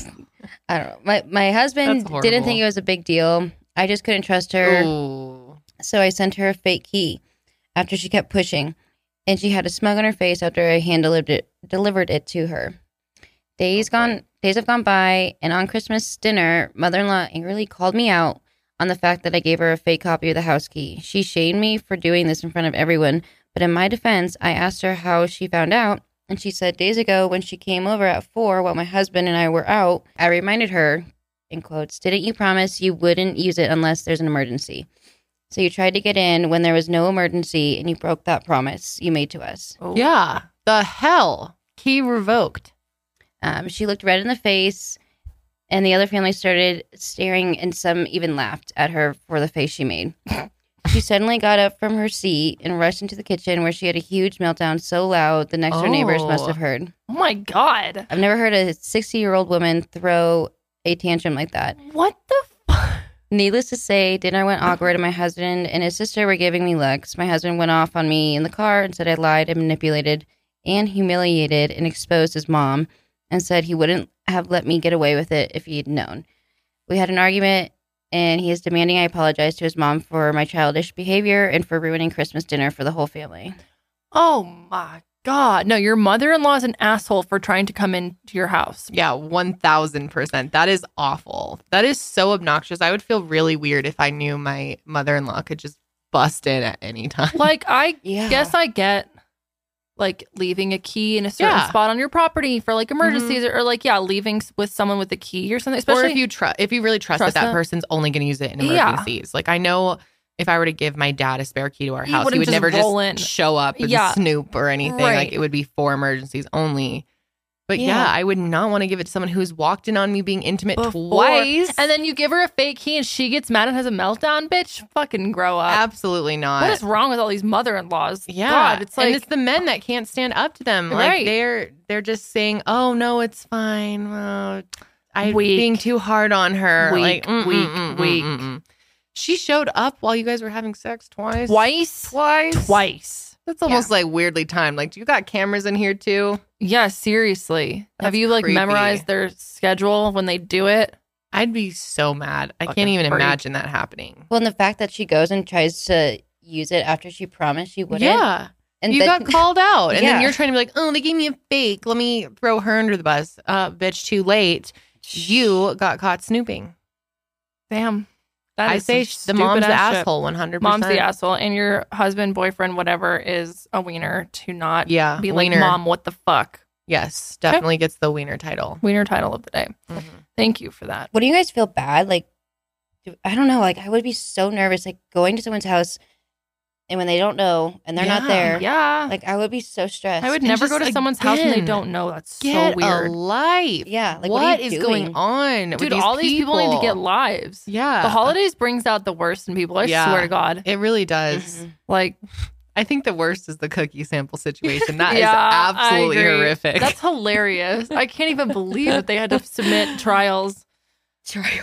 I don't know. My my husband That's didn't horrible. think it was a big deal. I just couldn't trust her, Ooh. so I sent her a fake key after she kept pushing, and she had a smug on her face after I hand delivered it, delivered it to her. Days Oh, boy. gone days have gone by, and on Christmas dinner, mother-in-law angrily called me out on the fact that I gave her a fake copy of the house key. She shamed me for doing this in front of everyone, but in my defense, I asked her how she found out, and she said days ago when she came over at 4 while my husband and I were out, I reminded her in quotes, didn't you promise you wouldn't use it unless there's an emergency? So you tried to get in when there was no emergency and you broke that promise you made to us. Oh Yeah. The hell. Key revoked. Um, she looked red in the face, and the other family started staring, and some even laughed at her for the face she made. she suddenly got up from her seat and rushed into the kitchen where she had a huge meltdown so loud the next door neighbors must Oh. have heard. Oh my god. I've never heard a 60 year old woman throw a tantrum like that. What the fuck? Needless to say, dinner went awkward, and my husband and his sister were giving me looks. My husband went off on me in the car and said I lied and manipulated and humiliated and exposed his mom and said he wouldn't have let me get away with it if he'd known. We had an argument, and he is demanding I apologize to his mom for my childish behavior and for ruining Christmas dinner for the whole family. Oh my god. No, your mother-in-law is an asshole for trying to come into your house. Yeah, 1000%. That is awful. That is so obnoxious. I would feel really weird if I knew my mother in law could just bust in at any time. Like I Yeah. guess I get like leaving a key in a certain Yeah. spot on your property for like emergencies or, or, like yeah, leaving s- with someone with a key or something. Especially or if you trust, if you really trust, Trust that that that- person's only going to use it in Yeah. emergencies. Like I know if I were to give my dad a spare key to our He house, he wouldn't would just never roll in. just show up and Yeah. snoop or anything. Right. Like it would be for emergencies only. But yeah, Yeah. I would not want to give it to someone who's walked in on me being intimate Before- twice. and then you give her a fake key and she gets mad and has a meltdown, bitch. Fucking grow up. Absolutely not. What is wrong with all these mother-in-laws? Yeah, God, it's like and it's the men that can't stand up to them. Like Right. they're they're just saying, "Oh no, it's fine." Oh, I'm Weak. being too hard on her. Weak, like mm, mm, weak, mm, mm, weak. mm, mm. She showed up while you guys were having sex twice. twice, twice, twice. That's almost like weirdly timed. Like, do you got cameras in here too? Yeah, seriously. Have That's you like creepy. memorized their schedule when they do it? I'd be so mad. I Fucking can't even freak. imagine that happening. Well, and the fact that she goes and tries to use it after she promised she wouldn't. yeah, And you then- got called out, and Yeah. then you're trying to be like, "Oh, they gave me a fake. Let me throw her under the bus." Uh, bitch, too late. You got caught snooping. Damn. That I is say some the mom's stupid the ass shit. asshole, one hundred percent. Mom's the asshole, and your husband, boyfriend, whatever, is a wiener to not Yeah, be wiener. like, Mom, what the fuck? Yes, definitely gets the wiener title. Mm-hmm. Wiener title of the day. Thank you for that. What do you guys feel bad? Like, do- I don't know. Like, I would be so nervous, like going to someone's house and when they don't know and they're not Yeah, there. Yeah. Like, I would be so stressed. I would and never just go to someone's house and they again, don't know. That's Get so weird. a life. Yeah. Like, what, what are is you going doing? on, with Dude, all these people need to get lives. Yeah, The holidays brings out the worst in people. I Yeah. swear to God. It really does. Mhm. Like, I think the worst is the cookie sample situation. That is Yeah, I absolutely agree. horrific. that's hilarious. I can't even believe that they had to submit trials.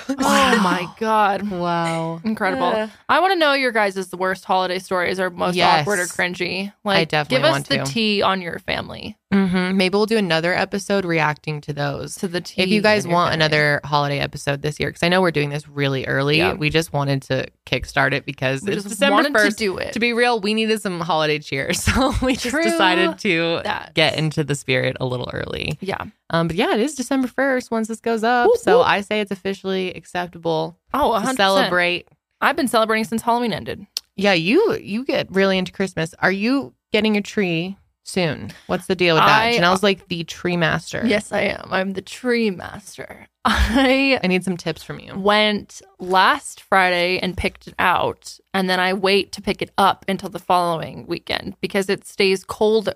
Ah. Oh my God. wow. Incredible. Uh, I want to know your guys' the worst holiday stories or most Yes. awkward or cringy. Like, definitely give us want the to. tea on your family. hmm Maybe we'll do another episode reacting to those. To the tea. if you guys in your want family. another holiday episode this year, because I know we're doing this really early, Yeah. we just wanted to kickstart it because we it's just December wanted first. to do it. To be real, we needed some holiday cheer, so we just True decided to that. get into the spirit a little early. yeah. Um, but yeah, it is December first once this goes up, Whoop, so whoop. I say it's officially acceptable Oh, to 100%. celebrate. I've been celebrating since Halloween ended. Yeah, you you get really into Christmas. Are you getting a tree soon? What's the deal with that? I- uh, Janelle's like the tree master. Yes, I am. I'm the tree master. I I need some tips from you. went last Friday and picked it out, and then I wait to pick it up until the following weekend because it stays cold.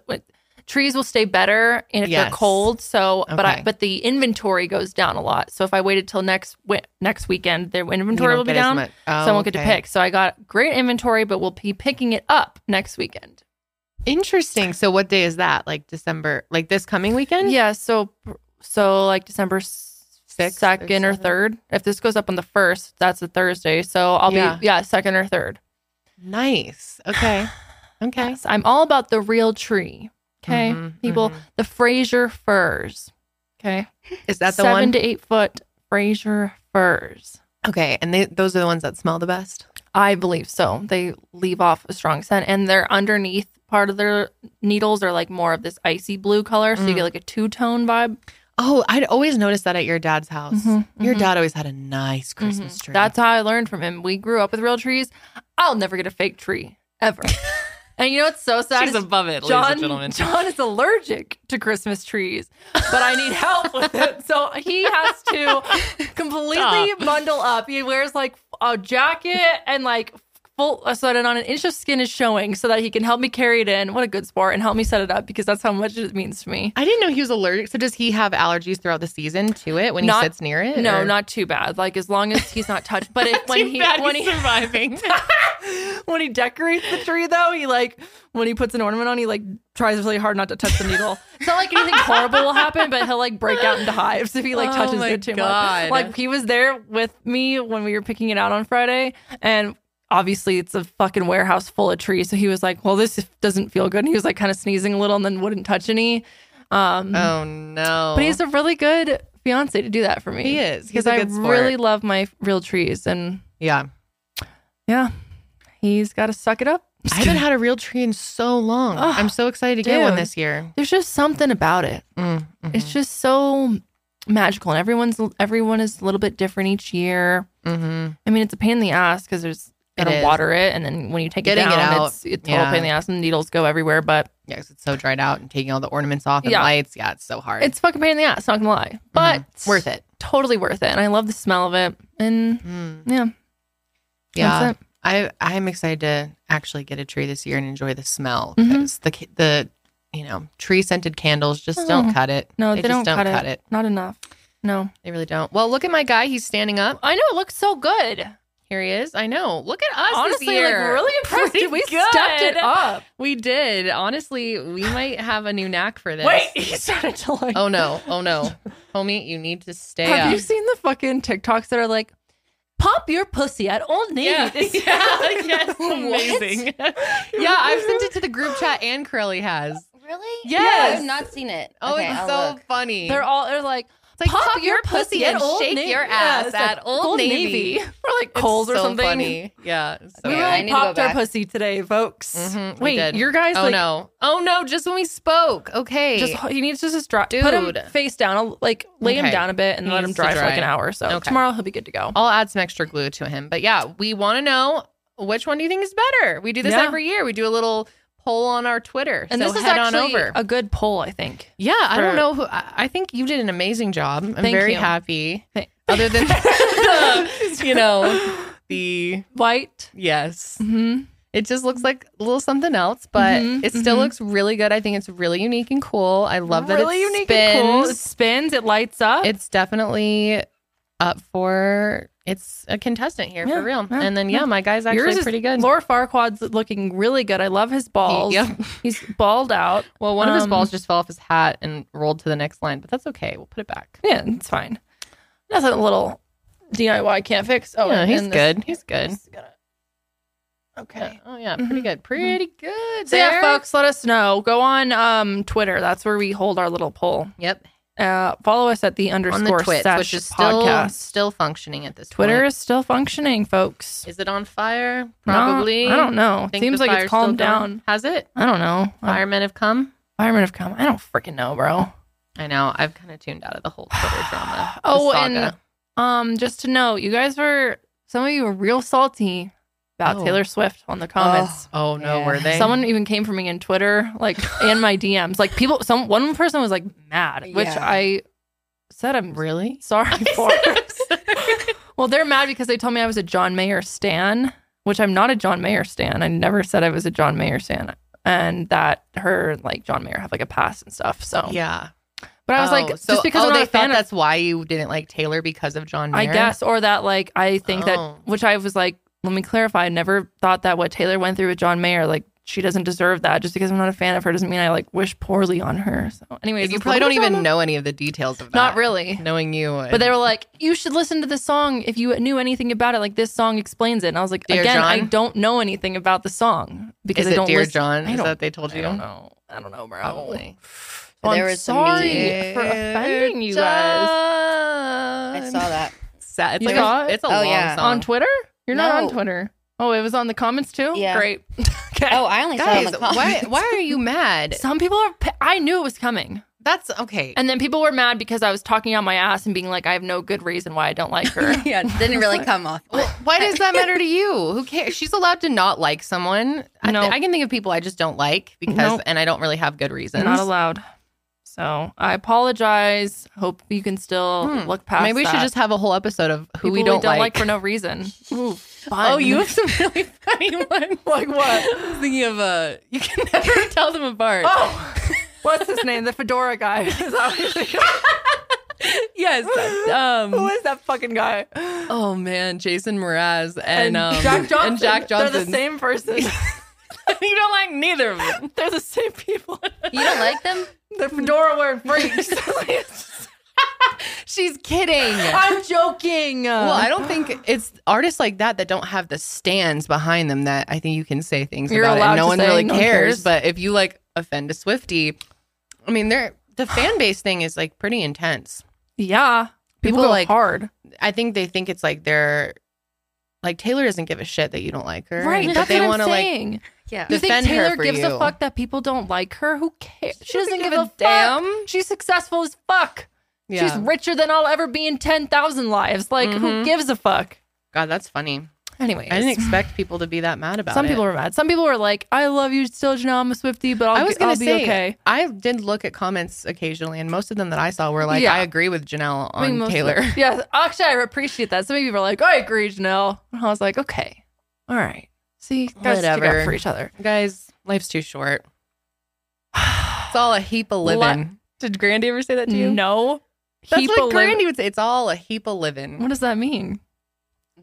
trees will stay better and if they're Yes. cold. So, but I, Okay. but the inventory goes down a lot. So if I waited till next wi- next weekend, their inventory You will don't get be as down. much- Oh, so I won't get to okay. pick. So I got great inventory, but we'll be picking it up next weekend. Interesting. So what day is that? Like December, like this coming weekend? Yeah. So so like December Sixth or second or seventh? third. If this goes up on the first, that's a Thursday. So I'll Yeah. be yeah second or third. Nice. Okay. Okay. Yes, I'm all about the real tree. Okay, Mhm, people, mhm. the Fraser firs. Okay, Is that the seven one? to eight foot Fraser firs. okay. And they, those are the ones that smell the best. I believe so. They leave off a strong scent, and their underneath part of their needles are like more of this icy blue color, so you Mm. get like a two tone vibe. Oh, I'd always noticed that at your dad's house. Mhm, Your mhm. dad always had a nice Christmas Mhm. tree. That's how I learned from him. We grew up with real trees. I'll never get a fake tree ever. and you know what's so sad? She's is above it, ladies John, and gentlemen. John is allergic to Christmas trees, but I need help with it. So he has to completely Stop. bundle up. He wears like a jacket and like full so that not an inch of skin is showing so that he can help me carry it in. What a good sport and help me set it up because that's how much it means to me. I didn't know he was allergic. So does he have allergies throughout the season to it when Not- he sits near it? No, or- not too bad. Like as long as he's not touched. But if, when Too he bad when he's he surviving. when he decorates the tree though, he like when he puts an ornament on, he like tries really hard not to touch the needle. It's not like anything horrible will happen, but he'll like break out into hives if he like Oh touches my it too God. much. Like he was there with me when we were picking it out on Friday and Obviously, it's a fucking warehouse full of trees. So he was like, "Well, this doesn't feel good." And he was like, kind of sneezing a little, and then wouldn't touch any. Um, oh no. but he's a really good fiance to do that for me. He is. He's because a I good sport. really love my real trees, and yeah. yeah, he's got to suck it up. I haven't had a real tree in so long. Ugh, I'm so excited to get one dude. this year. There's just something about it. Mm, mhm, It's just so magical, and everyone's everyone is a little bit different each year. mhm. I mean, it's a pain in the ass because there's It gotta is. water it, and then when you take Getting it it down, out, it's it's a total yeah. pain in the ass, and needles go everywhere. But Yeah, 'cause it's so dried out and taking all the ornaments off and Yeah. lights. Yeah, it's so hard. it's fucking pain in the ass. Not gonna lie, but Mm-hmm. worth it. Totally worth it, and I love the smell of it. And Mm. yeah, Yeah, that's it. I I'm excited to actually get a tree this year and enjoy the smell Mhm. because the ca- the you know tree scented candles just don't Oh. cut it. No, they, they just don't don't cut cut, it. it. not enough. No. They really don't. Well, look at my guy. He's standing up. I know it looks so good. Here he is. I know. Look at us. Honestly, this year. like really impressed. Pretty we good. stepped it up. We did. Honestly, we might have a new knack for this. he started to like. Oh no. Oh no. Homie, you need to stay Have up. you seen the fucking TikToks that are like, "Pop your pussy at Old Navy"? yeah, yeah, this year?" yes, What? amazing. yeah, I've sent it to the group chat and Curly has. Really? Yes. I've not seen it. Oh, Okay, it's I'll so look. funny. They're all they're like. It's like Pop, pop, your pussy and Old shake Navy." your Yeah, ass it's at like, Old, Navy. or like cold It's or so something. Funny. Yeah. it's So We Yeah, really I funny. need to go popped our back. pussy today, folks. Mhm, we Wait, did. your guys Oh like no. Oh no, just when we spoke. Okay. just he needs to just dry, put him Dude. face down, like lay him Okay. down a bit and He let him needs to dry, for like dry. an hour or so. Okay. Tomorrow he'll be good to go. I'll add some extra glue to him. But yeah, we want to know which one do you think is better? We do this Yeah. every year. We do a little poll on our Twitter. And so this is head on actually over. a good poll, I think. yeah, I for- don't know who. I, I think you did an amazing job. I'm Thank very you. happy. Thank- Other than you know the White. yes. Mm-hmm. It just looks like a little something else, but Mhm, it still mhm. looks really good. I think it's really unique and cool. I love that really it unique spins. and cool. It spins. It lights up. It's definitely up for it's a contestant here Yeah, for real. yeah, and then yeah, yeah. my guy's actually pretty good. Laura Farquad's looking really good. I love his balls. He- yep. He's balled out. Well, one of his Um, balls just fell off his hat and rolled to the next line, but that's okay. We'll put it back. Yeah, it's fine. Nothing a little DIY can't fix. Oh, Yeah, and he's this- good. He's good. this is gonna- Okay. Oh yeah, pretty Mhm, good. Pretty good. So yeah, there. folks, let us know. Go on um, Twitter. That's where we hold our little poll. Yep. Uh, follow us at the On the underscore Twits, sesh which is still podcast. still functioning at this Twitter point. is still functioning, folks. Is it on fire? No, Probably. I don't know. Think Seems the like fire's it's still calmed going? down. Has it? I don't know. Fire- Firemen have come. firemen have come. I don't freaking know, bro. I know. I've kind of tuned out of the whole Twitter drama. the Oh, saga. and um, just to know, you guys were some of you were real salty about Oh. Taylor Swift on the comments. oh no, Yeah. were they? Someone even came for me in Twitter, like and my DMs. Like people, some one person was like mad, which Yeah. I said I'm really? sorry for. well, they're mad because they told me I was a John Mayer stan, which I'm not a John Mayer stan. I never said I was a John Mayer stan. and that her and like John Mayer have like a past and stuff. So Yeah. but Oh. I was Oh, like, so, just because oh, I'm they not thought a fan of, that's why you didn't like Taylor because of John I Mayer. guess, or that like I think Oh. that which I was like, let me clarify. I never thought that what Taylor went through with John Mayer, like she doesn't deserve that. Just because I'm not a fan of her doesn't mean I like wish poorly on her. So, anyways, you it's a probably little don't bit even on- know any of the details of that. Not really. Knowing you, would. But they were like, you should listen to this song if you knew anything about it. Like this song explains it. And I was like, Dear again, I John? don't know anything about the song because is I it don't Dear listen- John? I Is don't- that they told you? I don't know. I don't know, bro. Probably. So There I'm was some meat. sorry for offending you Dear guys John. I saw that. Sa- It's You like saw a, it? it's a Oh, long yeah. song. on Twitter. You're not on No. Twitter. Oh, it was on the comments too. Yeah. Great. okay. Oh, I only saw it on Guys, the why comments. why are you mad? Some people are. pi- I knew it was coming, That's okay. and then people were mad because I was talking out my ass and being like, "I have no good reason why I don't like her." yeah, it didn't really come off. Well, why does that matter to you? Who cares? She's allowed to not like someone. I, No. I can think of people I just don't like because, Nope. and I don't really have good reasons. Not allowed. So I apologize. Hope you can still Hmm. look past. Maybe we should that. just have a whole episode of who People we don't, like. for no reason. Ooh, oh, you have some really funny ones. Like what? I was thinking of uh, you can never tell them apart. Oh, what's his name? The fedora guy. Is that what you're thinking of? yes. Who Um. is that fucking guy? Oh man, Jason Mraz and, um, Jack Johnson. and Jack Johnson. They're the same person. you don't like neither of them. They're the same people. You don't like them? They're fedora wearing freaks. She's kidding. I'm joking. Well, I don't think it's artists like that that don't have the stands behind them that I think you can say things You're about it allowed and no to one say really no one cares. cares. But if you like offend a Swifty, I mean, they're the fan base thing is like pretty intense. Yeah. People, People go like- hard. I think they think it's like they're like Taylor doesn't give a shit that you don't like her, Right. But That's they what wanna, I'm like saying. Yeah. you think defend her Taylor for gives a you. fuck that people don't like her? Who cares? She, doesn't give, a, fuck. damn. She's successful as fuck. Yeah. She's richer than I'll ever be in 10,000 lives. Like, who Mhm. gives a fuck? God, that's funny. Anyways. I didn't expect people to be that mad about Some it. people were mad. Some people were like, I love you still, Janelle. I'm a Swifty, but I'll, I was I'll gonna be say okay. I did look at comments occasionally, and most of them that I saw were like, Yeah. "I agree with Janelle I mean, on most of Taylor." them- yeah. Actually, I appreciate that. Some people were like, "Oh, I agree, Janelle. And I was like, okay. All right. See, guys, stick up Whatever. for each other. Guys, life's too short. It's all a heap of Li- living. Did Grandy ever say that to you? No. That's Heap what of li- Grandy would say. It's all a heap of living. What does that mean?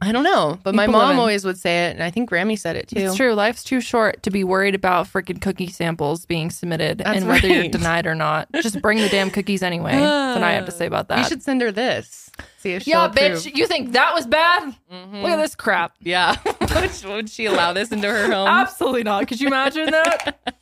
I don't know, but my Heap of mom living. always would say it, and I think Grammy said it too. It's true. Life's too short to be worried about freaking cookie samples being submitted That's and whether you're right. denied or not. Just bring the damn cookies anyway. That's what I have to say about that. You should send her this. See if she'll yeah, approve. bitch. You think that was bad? Mhm. Look at this crap. Yeah, Which- would she allow this into her Um, home? Absolutely not. Could you imagine that?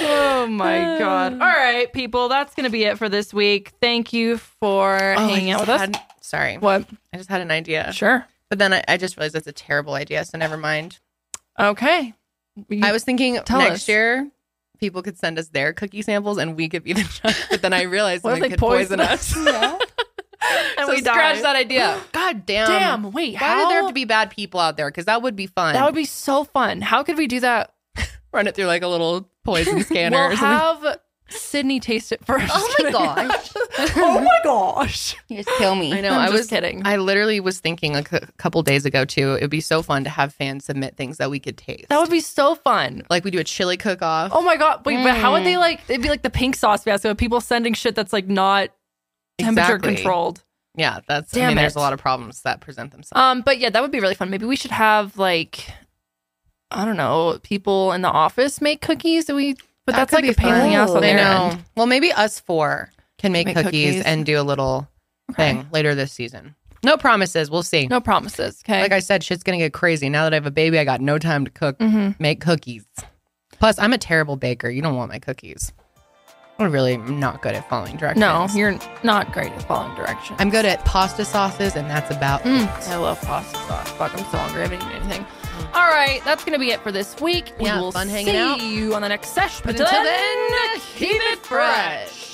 oh my god. All right, people. That's gonna be it for this week. Thank you for Oh, I hanging out with just us. had- Sorry, what? I just had an idea, Sure. but then I, I just realized that's a terrible idea. So never mind. Okay. You- I was thinking tell next us. year people could send us their cookie samples and we could be the judge. But then I realized What if someone they could poison, poison us. and so we scratch died. that idea. God damn. Damn. Wait. Why how? do there have to be bad people out there? Because that would be fun. that would be so fun. How could we do that? run it through like a little poison scanner. or We'll something. have Sydney taste it first. Oh my gosh. oh my gosh. You just kill me. I know. I'm I just was kidding. I literally was thinking a cou- couple days ago too. It would be so fun to have fans submit things that we could taste. that would be so fun. like we do a chili cook off. Oh my god! Wait, but how would Mm. they like? It'd be like the pink sauce fiasco. People sending shit that's like not temperature Exactly. controlled. Yeah, that's. I Damn mean, it. there's a lot of problems that present themselves. Um, but yeah, that would be really fun. Maybe we should have like, I don't know, people in the office make cookies. That we, but That that's could like be a pain in the fun. ass on I I their know. end. Well, maybe us four can make, Make cookies, cookies. and do a little thing later this season. No promises. We'll see. No promises. Okay. Like I said, shit's gonna get crazy. Now that I have a baby, I got no time to cook, Mhm. make cookies. Plus, I'm a terrible baker. You don't want my cookies. I'm really not good at following directions. no, you're not great at following directions. I'm good at pasta sauces, and that's about I love pasta sauce. Fuck, I'm so hungry. I haven't eaten anything. All right, that's gonna be it for this week. Yeah, we will fun see hanging out. you on the next session. But until then, keep it fresh.